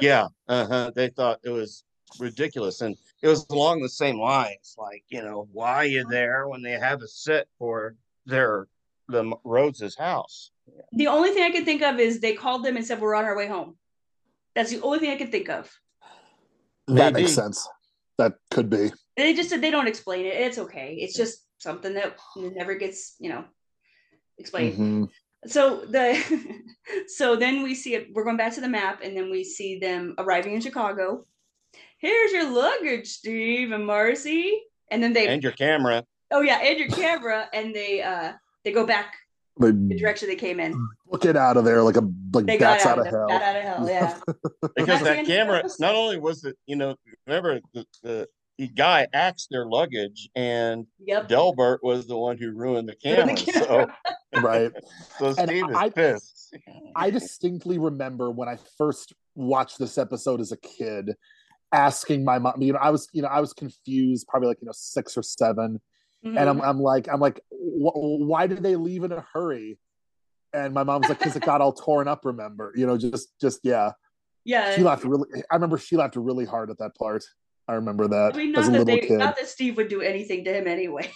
Speaker 3: Yeah, uh-huh. They thought it was ridiculous, and it was along the same lines, like you know, why are you there when they have a set for their the Rhodes' house?
Speaker 1: The only thing I can think of is they called them and said we're on our way home. That's the only thing I can think of.
Speaker 2: that
Speaker 3: Maybe.
Speaker 2: makes sense that could be
Speaker 1: They just said they don't explain it. It's okay. It's just something that never gets you know explained.
Speaker 3: Mm-hmm.
Speaker 2: Mhm.
Speaker 1: So the <laughs> so then we see it. We're going back to the map, and then we see them arriving in Chicago. Here's your luggage, Steve and Marcy. And then they
Speaker 3: And your camera.
Speaker 1: oh yeah, and your camera, and they uh they go back
Speaker 2: they
Speaker 1: the direction they came in.
Speaker 2: book it out of there like a like
Speaker 1: They
Speaker 2: bats
Speaker 1: got
Speaker 2: out
Speaker 1: out,
Speaker 2: of
Speaker 1: of, the, bat
Speaker 2: Mm,
Speaker 1: out
Speaker 2: hell
Speaker 1: of hell.
Speaker 2: <laughs>
Speaker 1: Yeah.
Speaker 3: because
Speaker 1: That's the
Speaker 3: that
Speaker 1: end of the
Speaker 3: camera
Speaker 1: episode.
Speaker 3: not only was it you know remember the, the, the guy axed their luggage and
Speaker 1: Yep.
Speaker 3: delbert was the one who ruined the camera, so
Speaker 2: right
Speaker 3: so
Speaker 2: And
Speaker 3: steve is
Speaker 2: I-
Speaker 3: pissed
Speaker 2: <laughs> I distinctly remember when I first watched this episode as a kid, asking my mom. You know, I was you know I was confused, probably like you know six or 7 and I'm
Speaker 1: Mm-hmm. Mm.
Speaker 12: Mhm.
Speaker 2: I'm like I'm like, "Wh- why did they leave in a hurry? And my mom's like, because it got all torn up. Remember, you know, just just yeah.
Speaker 1: Yeah.
Speaker 2: She laughed really. I remember she laughed really hard at that part. I remember that
Speaker 1: I mean,
Speaker 2: as a
Speaker 1: not that
Speaker 2: little
Speaker 1: they,
Speaker 2: kid.
Speaker 1: not that Steve would do anything to him anyway.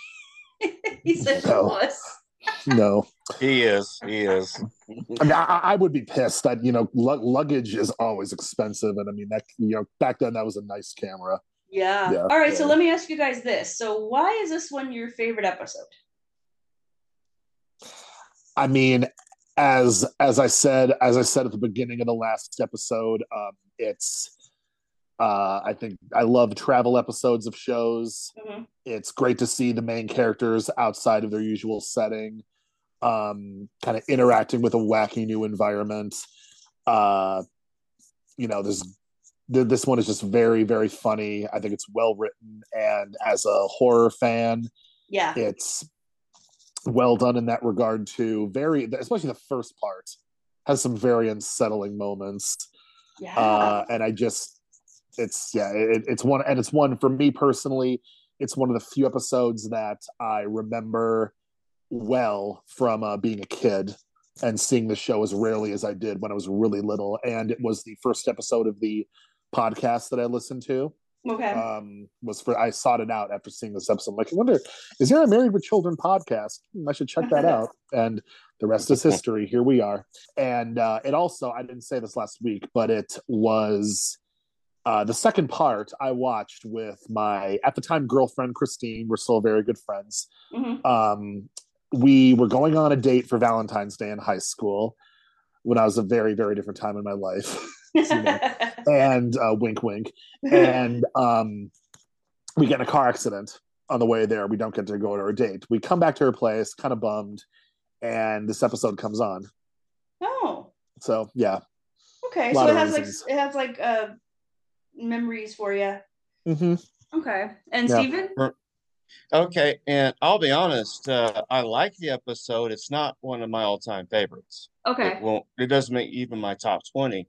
Speaker 1: <laughs> He's such a
Speaker 2: No.
Speaker 1: wuss.
Speaker 2: <laughs> no,
Speaker 3: he is he is
Speaker 2: I mean, I, I I would be pissed that you know lug luggage is always expensive, and I mean that you know back then that was a nice camera.
Speaker 1: Yeah.
Speaker 2: Yeah,
Speaker 1: All right. So
Speaker 2: yeah.
Speaker 1: let me ask you guys this. So why is this one your favorite episode?
Speaker 2: I mean, as as I said, as I said at the beginning of the last episode, um, it's uh, I think I love travel episodes of shows.
Speaker 1: Mhm.
Speaker 2: It's great to see the main characters outside of their usual setting, um, kind of interacting with a wacky new environment. Uh, you know, there's th- this one is just very, very funny. I think it's well written, and as a horror fan,
Speaker 1: Yeah.
Speaker 2: Uh, it's well done in that regard too. Very, especially the first part has some very unsettling moments.
Speaker 1: Yeah. <laughs>
Speaker 2: Uh, and I just, it's yeah, it, it's one, and it's one for me personally. It's one of the few episodes that I remember well from uh, being a kid and seeing the show as rarely as I did when I was really little. And it was the first episode of the podcast that I listened to
Speaker 1: Okay.
Speaker 2: um, was for I sought it out after seeing this episode. I'm like, I wonder, is there a Married with Children podcast? Hmm, I should check that out. And the rest is history. Here we are. And uh, it also, I didn't say this last week, but it was Uh, the second part I watched with my at the time girlfriend Christine. We're still very good friends.
Speaker 1: Mhm.
Speaker 2: Um, we were going on a date for Valentine's Day in high school when I was a very very different time in my life. <laughs> You know.
Speaker 1: <laughs>
Speaker 2: and uh, wink wink. And um, we get in a car accident on the way there. We don't get to go to our date. We come back to her place, kind of bummed, and this episode comes on.
Speaker 1: Oh,
Speaker 2: So yeah,
Speaker 1: okay.
Speaker 2: Lot
Speaker 1: So it
Speaker 2: of
Speaker 1: has like
Speaker 2: reasons.
Speaker 1: it has like uh, memories for you.
Speaker 2: mm-hmm.
Speaker 1: Okay. And Steven?
Speaker 3: Okay, and I'll be honest, uh, I like the episode. It's not one of my all-time favorites.
Speaker 1: Okay.
Speaker 3: It won't. It doesn't make even my top twenty,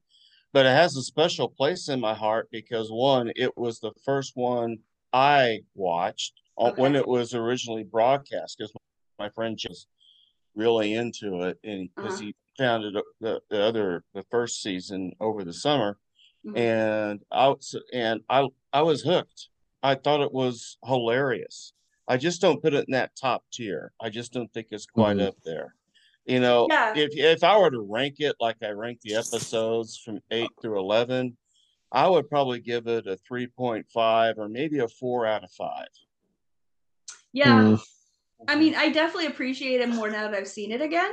Speaker 3: but it has a special place in my heart because one, it was the first one I watched uh, when it was originally broadcast. Because my friend just really into it, and because
Speaker 1: Uh-huh.
Speaker 3: he found it uh, the, the other the first season over the summer,
Speaker 1: Mhm.
Speaker 3: and I was- and I I was hooked. I thought it was hilarious. I just don't put it in that top tier. I just don't think it's quite
Speaker 2: Mhm.
Speaker 3: up there. You know,
Speaker 1: Yeah.
Speaker 3: if if I were to rank it like I rank the episodes from eight through eleven, I would probably give it a three point five or maybe a four out of five.
Speaker 1: Yeah.
Speaker 2: Hmm.
Speaker 1: I mean, I definitely appreciate it more now that I've seen it again.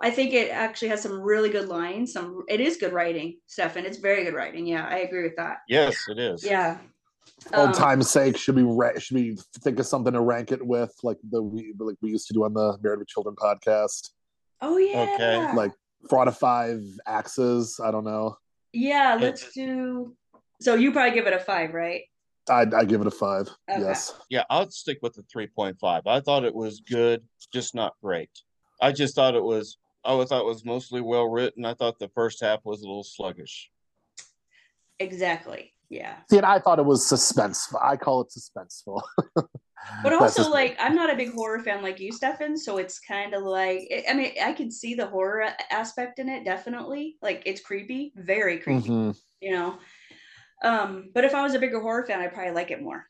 Speaker 1: I think it actually has some really good lines. Some it is good writing, Stefan. It's very good writing. Yeah, I agree with that.
Speaker 3: Yes, it is.
Speaker 1: Yeah.
Speaker 2: Old
Speaker 1: Um,
Speaker 2: time's sake, should we ra- should we think of something to rank it with, like the we like we used to do on the Married with Children podcast?
Speaker 1: Oh yeah.
Speaker 2: like four out of five axes. I don't know.
Speaker 1: yeah, let's do so you probably give it a five, right?
Speaker 2: I I give it a five.
Speaker 1: Okay.
Speaker 2: Yes.
Speaker 3: Yeah, I'll stick with the 3.5. I thought it was good, just not great. I just thought it was oh, I thought it was mostly well written. I thought the first half was a little sluggish.
Speaker 1: Exactly. Yeah.
Speaker 2: See, and I thought it was suspenseful. I call it suspenseful.
Speaker 1: But
Speaker 2: <laughs> That's
Speaker 1: also,
Speaker 2: just me.
Speaker 1: like, I'm not a big horror fan like you, Stefan. So it's kind of like, I- I mean, I can see the horror a- aspect in it, definitely. Like, it's creepy, very creepy,
Speaker 2: Mhm.
Speaker 1: you know. Um, but if I was a bigger horror fan, I'd probably like it more.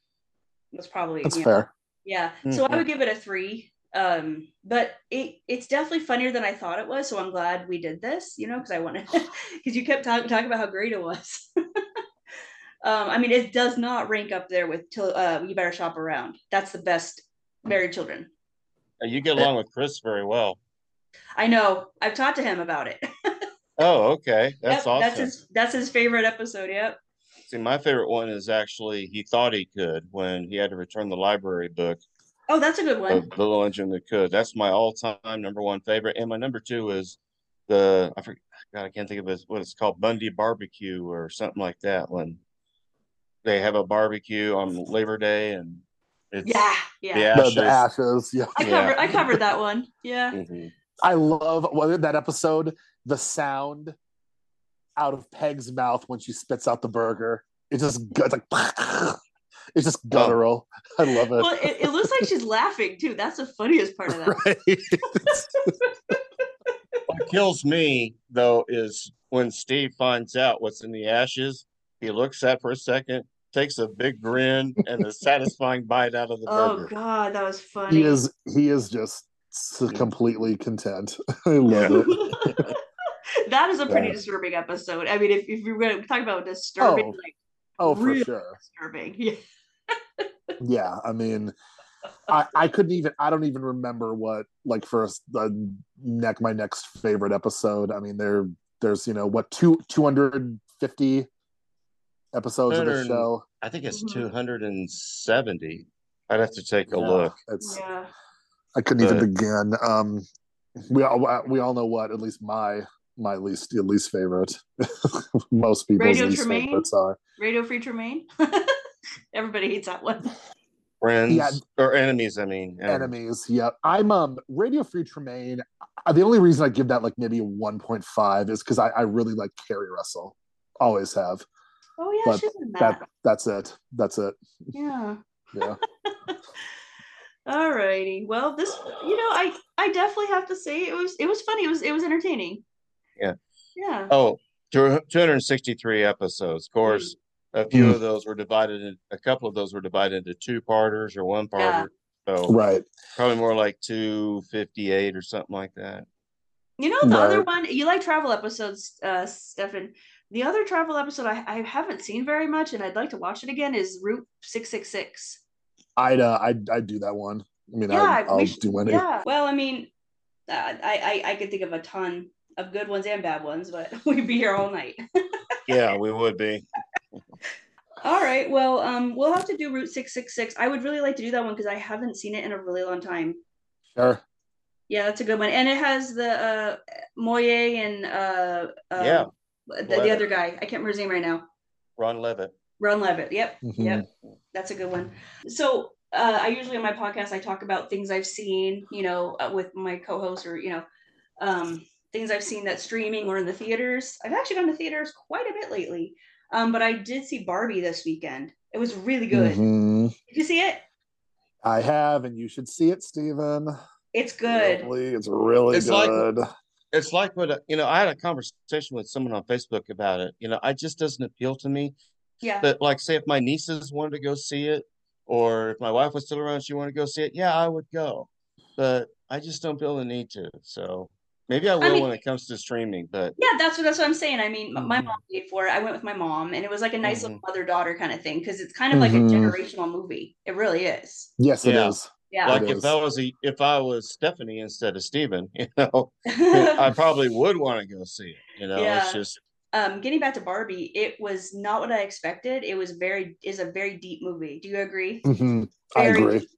Speaker 1: That's probably
Speaker 2: That's
Speaker 1: you know.
Speaker 2: fair.
Speaker 1: Yeah. So I would
Speaker 2: Mhm.
Speaker 1: give it a three. Um, but it it's definitely funnier than I thought it was. So I'm glad we did this, you know, because I <laughs> wanted because you kept talking talking about how great it was. <laughs> um, I mean, it does not rank up there with till uh, you better shop around. That's the best married children.
Speaker 3: Uh, You get along with Chris very well.
Speaker 1: I know. I've talked to him about it.
Speaker 3: Oh, okay.
Speaker 1: Yep,
Speaker 3: That's
Speaker 1: That's
Speaker 3: awesome.
Speaker 1: his that's his favorite episode. Yep.
Speaker 3: See, my favorite one is actually he thought he could when he had to return the library book
Speaker 1: Oh, that's a good one.
Speaker 3: of the little engine that could. That's my all-time number one favorite. And my number two is the I forget God, I can't think of it, what it's called, Bundy Barbecue or something like that. When they have a barbecue on Labor Day and it's
Speaker 1: yeah, yeah.
Speaker 3: the
Speaker 2: The,
Speaker 3: ashes.
Speaker 2: the
Speaker 3: Mm-hmm.
Speaker 2: ashes. Yeah.
Speaker 1: I covered I covered that one. Yeah.
Speaker 2: I love whether that episode, the sound out of Peg's mouth when she spits out the burger. It's just gu- it's like <laughs> it's just guttural. I love it. <laughs>
Speaker 1: Well, it, it looks like she's laughing too. That's the funniest part of that.
Speaker 3: What kills me though is when Steve finds out what's in the ashes. He looks at for a second, takes a big grin, and a satisfying bite out of the
Speaker 1: Oh
Speaker 3: burger.
Speaker 1: God, that was funny.
Speaker 2: he
Speaker 1: <laughs>
Speaker 2: is he is just s- completely content. <laughs> I love it.
Speaker 1: that is a pretty
Speaker 2: Yeah.
Speaker 1: disturbing episode. I mean, if, if you're going to talk about disturbing,
Speaker 2: Oh.
Speaker 1: like
Speaker 2: Oh, for
Speaker 1: really
Speaker 2: sure.
Speaker 1: disturbing, <laughs> yeah.
Speaker 2: Yeah, I mean, I I couldn't even I don't even remember what like for the neck my next favorite episode. I mean, there there's you know what two two hundred fifty episodes of the
Speaker 3: Hundred-
Speaker 2: show.
Speaker 3: I think it's
Speaker 1: Mhm.
Speaker 3: 270. I'd have to take a
Speaker 2: Yeah,
Speaker 3: look.
Speaker 2: It's
Speaker 1: yeah.
Speaker 2: I couldn't even
Speaker 3: But-
Speaker 2: begin. Um, we all uh, we all know what at least my my least your least favorite <laughs> most people's
Speaker 1: Radio
Speaker 2: least
Speaker 1: Tremaine?
Speaker 2: favorites are.
Speaker 1: Radio Free Tremaine. <laughs> Everybody hates that one.
Speaker 3: Friends
Speaker 2: Yeah.
Speaker 3: or enemies, I mean.
Speaker 2: enemies. Yeah, I'm um Radio Free Tremaine. uh, The only reason I give that like maybe a 1.5 is because I, I really like Carrie Russell, always have.
Speaker 1: Oh yeah,
Speaker 2: but
Speaker 1: she's in that.
Speaker 2: that. that's it. That's it.
Speaker 1: Yeah. <laughs>
Speaker 2: Yeah.
Speaker 1: Alrighty. Well, this you know, I I definitely have to say it was it was funny. It was it was entertaining.
Speaker 3: Yeah.
Speaker 1: Yeah.
Speaker 3: Oh, two hundred sixty-three episodes. Of course, a few of those were divided. In, a couple of those were divided into two parters or one
Speaker 1: Yeah.
Speaker 3: parter. So
Speaker 2: Right.
Speaker 3: probably more like two fifty-eight or something like that.
Speaker 1: You know the other
Speaker 2: Right.
Speaker 1: one you like travel episodes, uh, Stefan. The other travel episode I, I haven't seen very much, and I'd like to watch it again is Route Six Six Six.
Speaker 2: I'd uh, I'd, I'd do that one. I mean,
Speaker 1: Yeah,
Speaker 2: I'd, I'll
Speaker 1: we should,
Speaker 2: do any.
Speaker 1: yeah. Well, I mean, uh, I, I I could think of a ton of good ones and bad ones, but <laughs> we'd be here all night.
Speaker 3: Yeah, we would be.
Speaker 1: All right. Well, um, we'll have to do Route Six Six Six. I would really like to do that one because I haven't seen it in a really long time.
Speaker 2: Sure.
Speaker 1: Yeah, that's a good one, and it has the uh Moye and uh, uh
Speaker 3: Yeah.
Speaker 1: the,
Speaker 3: Levitt.
Speaker 1: the other guy. I can't remember his name right now.
Speaker 3: Ron Levitt.
Speaker 1: Ron Levitt. Yep. Yep. That's a good one. So uh, I usually on my podcast I talk about things I've seen, you know, uh, with my co-host or you know, um, things I've seen that streaming or in the theaters. I've actually gone to theaters quite a bit lately, um, but I did see Barbie this weekend. It was really good.
Speaker 2: Mhm.
Speaker 1: Did you see it?
Speaker 2: I have, and you should see it, Steven.
Speaker 1: It's good.
Speaker 2: Really, it's really
Speaker 3: It's like-
Speaker 2: good.
Speaker 3: It's like what, uh, you know, I had a conversation with someone on Facebook about it. You know, it just doesn't appeal to me.
Speaker 1: Yeah.
Speaker 3: But like, say if my nieces wanted to go see it, or if my wife was still around, she wanted to go see it. Yeah, I would go, but I just don't feel the need to. So maybe I will
Speaker 1: mean-
Speaker 3: when it comes to streaming. But
Speaker 1: Yeah, that's what that's what I'm saying. I mean, m- my mom paid for it. I went with my mom, and it was like a nice little mother daughter kind of thing because it's kind of like
Speaker 3: Mhm.
Speaker 1: a generational movie. It really is.
Speaker 2: yes, it
Speaker 3: yeah.
Speaker 2: is.
Speaker 1: Yeah. <laughs>
Speaker 3: Like
Speaker 1: It
Speaker 3: if
Speaker 1: is.
Speaker 3: I was a, if I was Stephanie instead of Steven, <laughs> you
Speaker 1: <laughs>
Speaker 3: know, I probably would want to go see it. You know,
Speaker 1: Yeah.
Speaker 3: it's just <laughs>
Speaker 1: Um, getting back to Barbie, it was not what I expected. It was very is a very deep movie. Do you agree?
Speaker 3: Mm.
Speaker 2: Mhm. I
Speaker 1: Very-
Speaker 2: agree.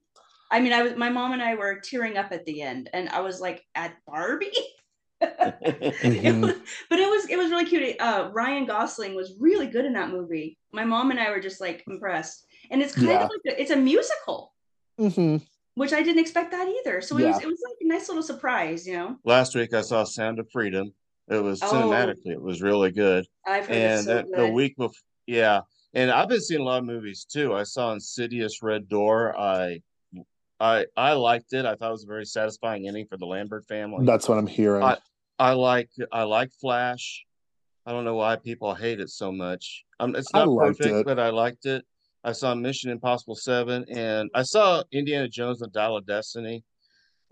Speaker 1: I mean, I was my mom and I were tearing up at the end, and I was like, at Barbie. <laughs> Mm-hmm.
Speaker 2: Mhm.
Speaker 1: But it was it was really cute. Uh, Ryan Gosling was really good in that movie. My mom and I were just like impressed, and it's kind
Speaker 2: Yeah.
Speaker 1: of like a, it's a musical,
Speaker 2: Mhm.
Speaker 1: which I didn't expect that either. So it was
Speaker 3: Yeah.
Speaker 1: it was like a nice little surprise, you know.
Speaker 3: last week I saw Sound of Freedom. It was
Speaker 1: Oh.
Speaker 3: cinematically, it was really good.
Speaker 1: I've heard it's
Speaker 3: and
Speaker 1: so
Speaker 3: that- the
Speaker 1: good.
Speaker 3: week before, yeah. And I've been seeing a lot of movies too. I saw Insidious Red Door. I I I liked it. I thought it was a very satisfying ending for the Lambert family.
Speaker 2: That's what I'm hearing.
Speaker 3: I, I like I like Flash. I don't know why people hate it so much. Um, it's
Speaker 2: I
Speaker 3: not
Speaker 2: liked
Speaker 3: perfect,
Speaker 2: it.
Speaker 3: but I liked it. I saw Mission Impossible Seven, and I saw Indiana Jones and the Dial of Destiny,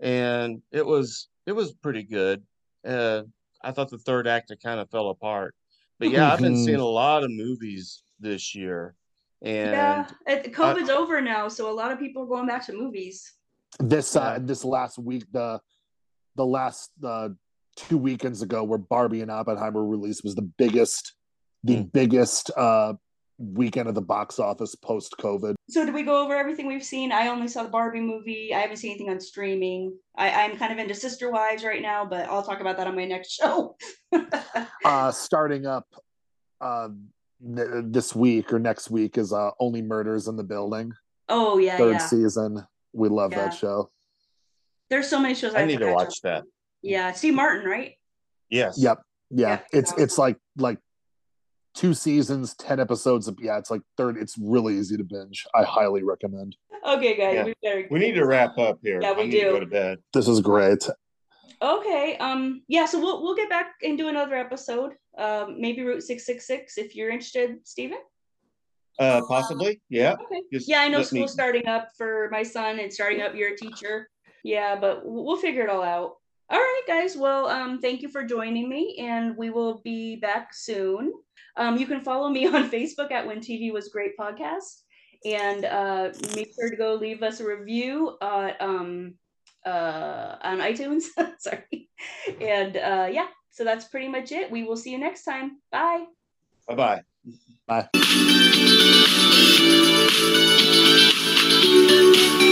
Speaker 3: and it was it was pretty good. Uh, I thought the third act it kind of fell apart, but yeah, I've been
Speaker 2: Mhm. <laughs>
Speaker 3: seeing a lot of movies this year, and
Speaker 1: yeah, it, COVID's over now, so a lot of people are going back to movies.
Speaker 2: this uh, this last week the the last uh, two weekends ago where Barbie and Oppenheimer released was the biggest the biggest uh, weekend of the box office post COVID.
Speaker 1: So did we go over everything we've seen? I only saw the Barbie movie. I haven't seen anything on streaming. I, I'm kind of into Sister Wives right now, but I'll talk about that on my next <laughs> show.
Speaker 2: Uh, starting up uh, th- this week or next week is uh, Only Murders in the Building
Speaker 1: Oh yeah,
Speaker 2: third
Speaker 1: yeah.
Speaker 2: season. We love
Speaker 1: Yeah.
Speaker 2: that show.
Speaker 1: There's so many shows I, forgot
Speaker 3: that.
Speaker 1: Yeah, Steve Martin, right?
Speaker 3: Yes.
Speaker 2: Yep. Yeah. It's it's like like two seasons, ten episodes. Of, yeah, it's like third. It's really easy to binge. I highly recommend.
Speaker 1: Okay, guys,
Speaker 3: Yeah.
Speaker 1: we better.
Speaker 3: we need to wrap up here.
Speaker 1: Yeah, we
Speaker 3: I need to
Speaker 1: do.
Speaker 3: go to bed.
Speaker 2: This is great.
Speaker 1: Okay, um, yeah. So we'll we'll get back and do another episode. Um, maybe Route Six Six Six if you're interested, Steven.
Speaker 3: Uh, possibly, yeah.
Speaker 1: Okay.
Speaker 3: Just
Speaker 1: yeah, I know
Speaker 3: let me-
Speaker 1: school's starting up for my son and starting up. You're a teacher. Yeah, but w- we'll figure it all out. All right, guys. Well, um, thank you for joining me, and we will be back soon. Um, you can follow me <laughs> on Facebook at When TV Was Great Podcast, and uh, make sure to go leave us a review uh, um, uh, on iTunes. <laughs> Sorry. And uh, yeah, so that's pretty much it. We will see you next time. Bye.
Speaker 3: Bye bye.
Speaker 2: Bye.
Speaker 11: Bye.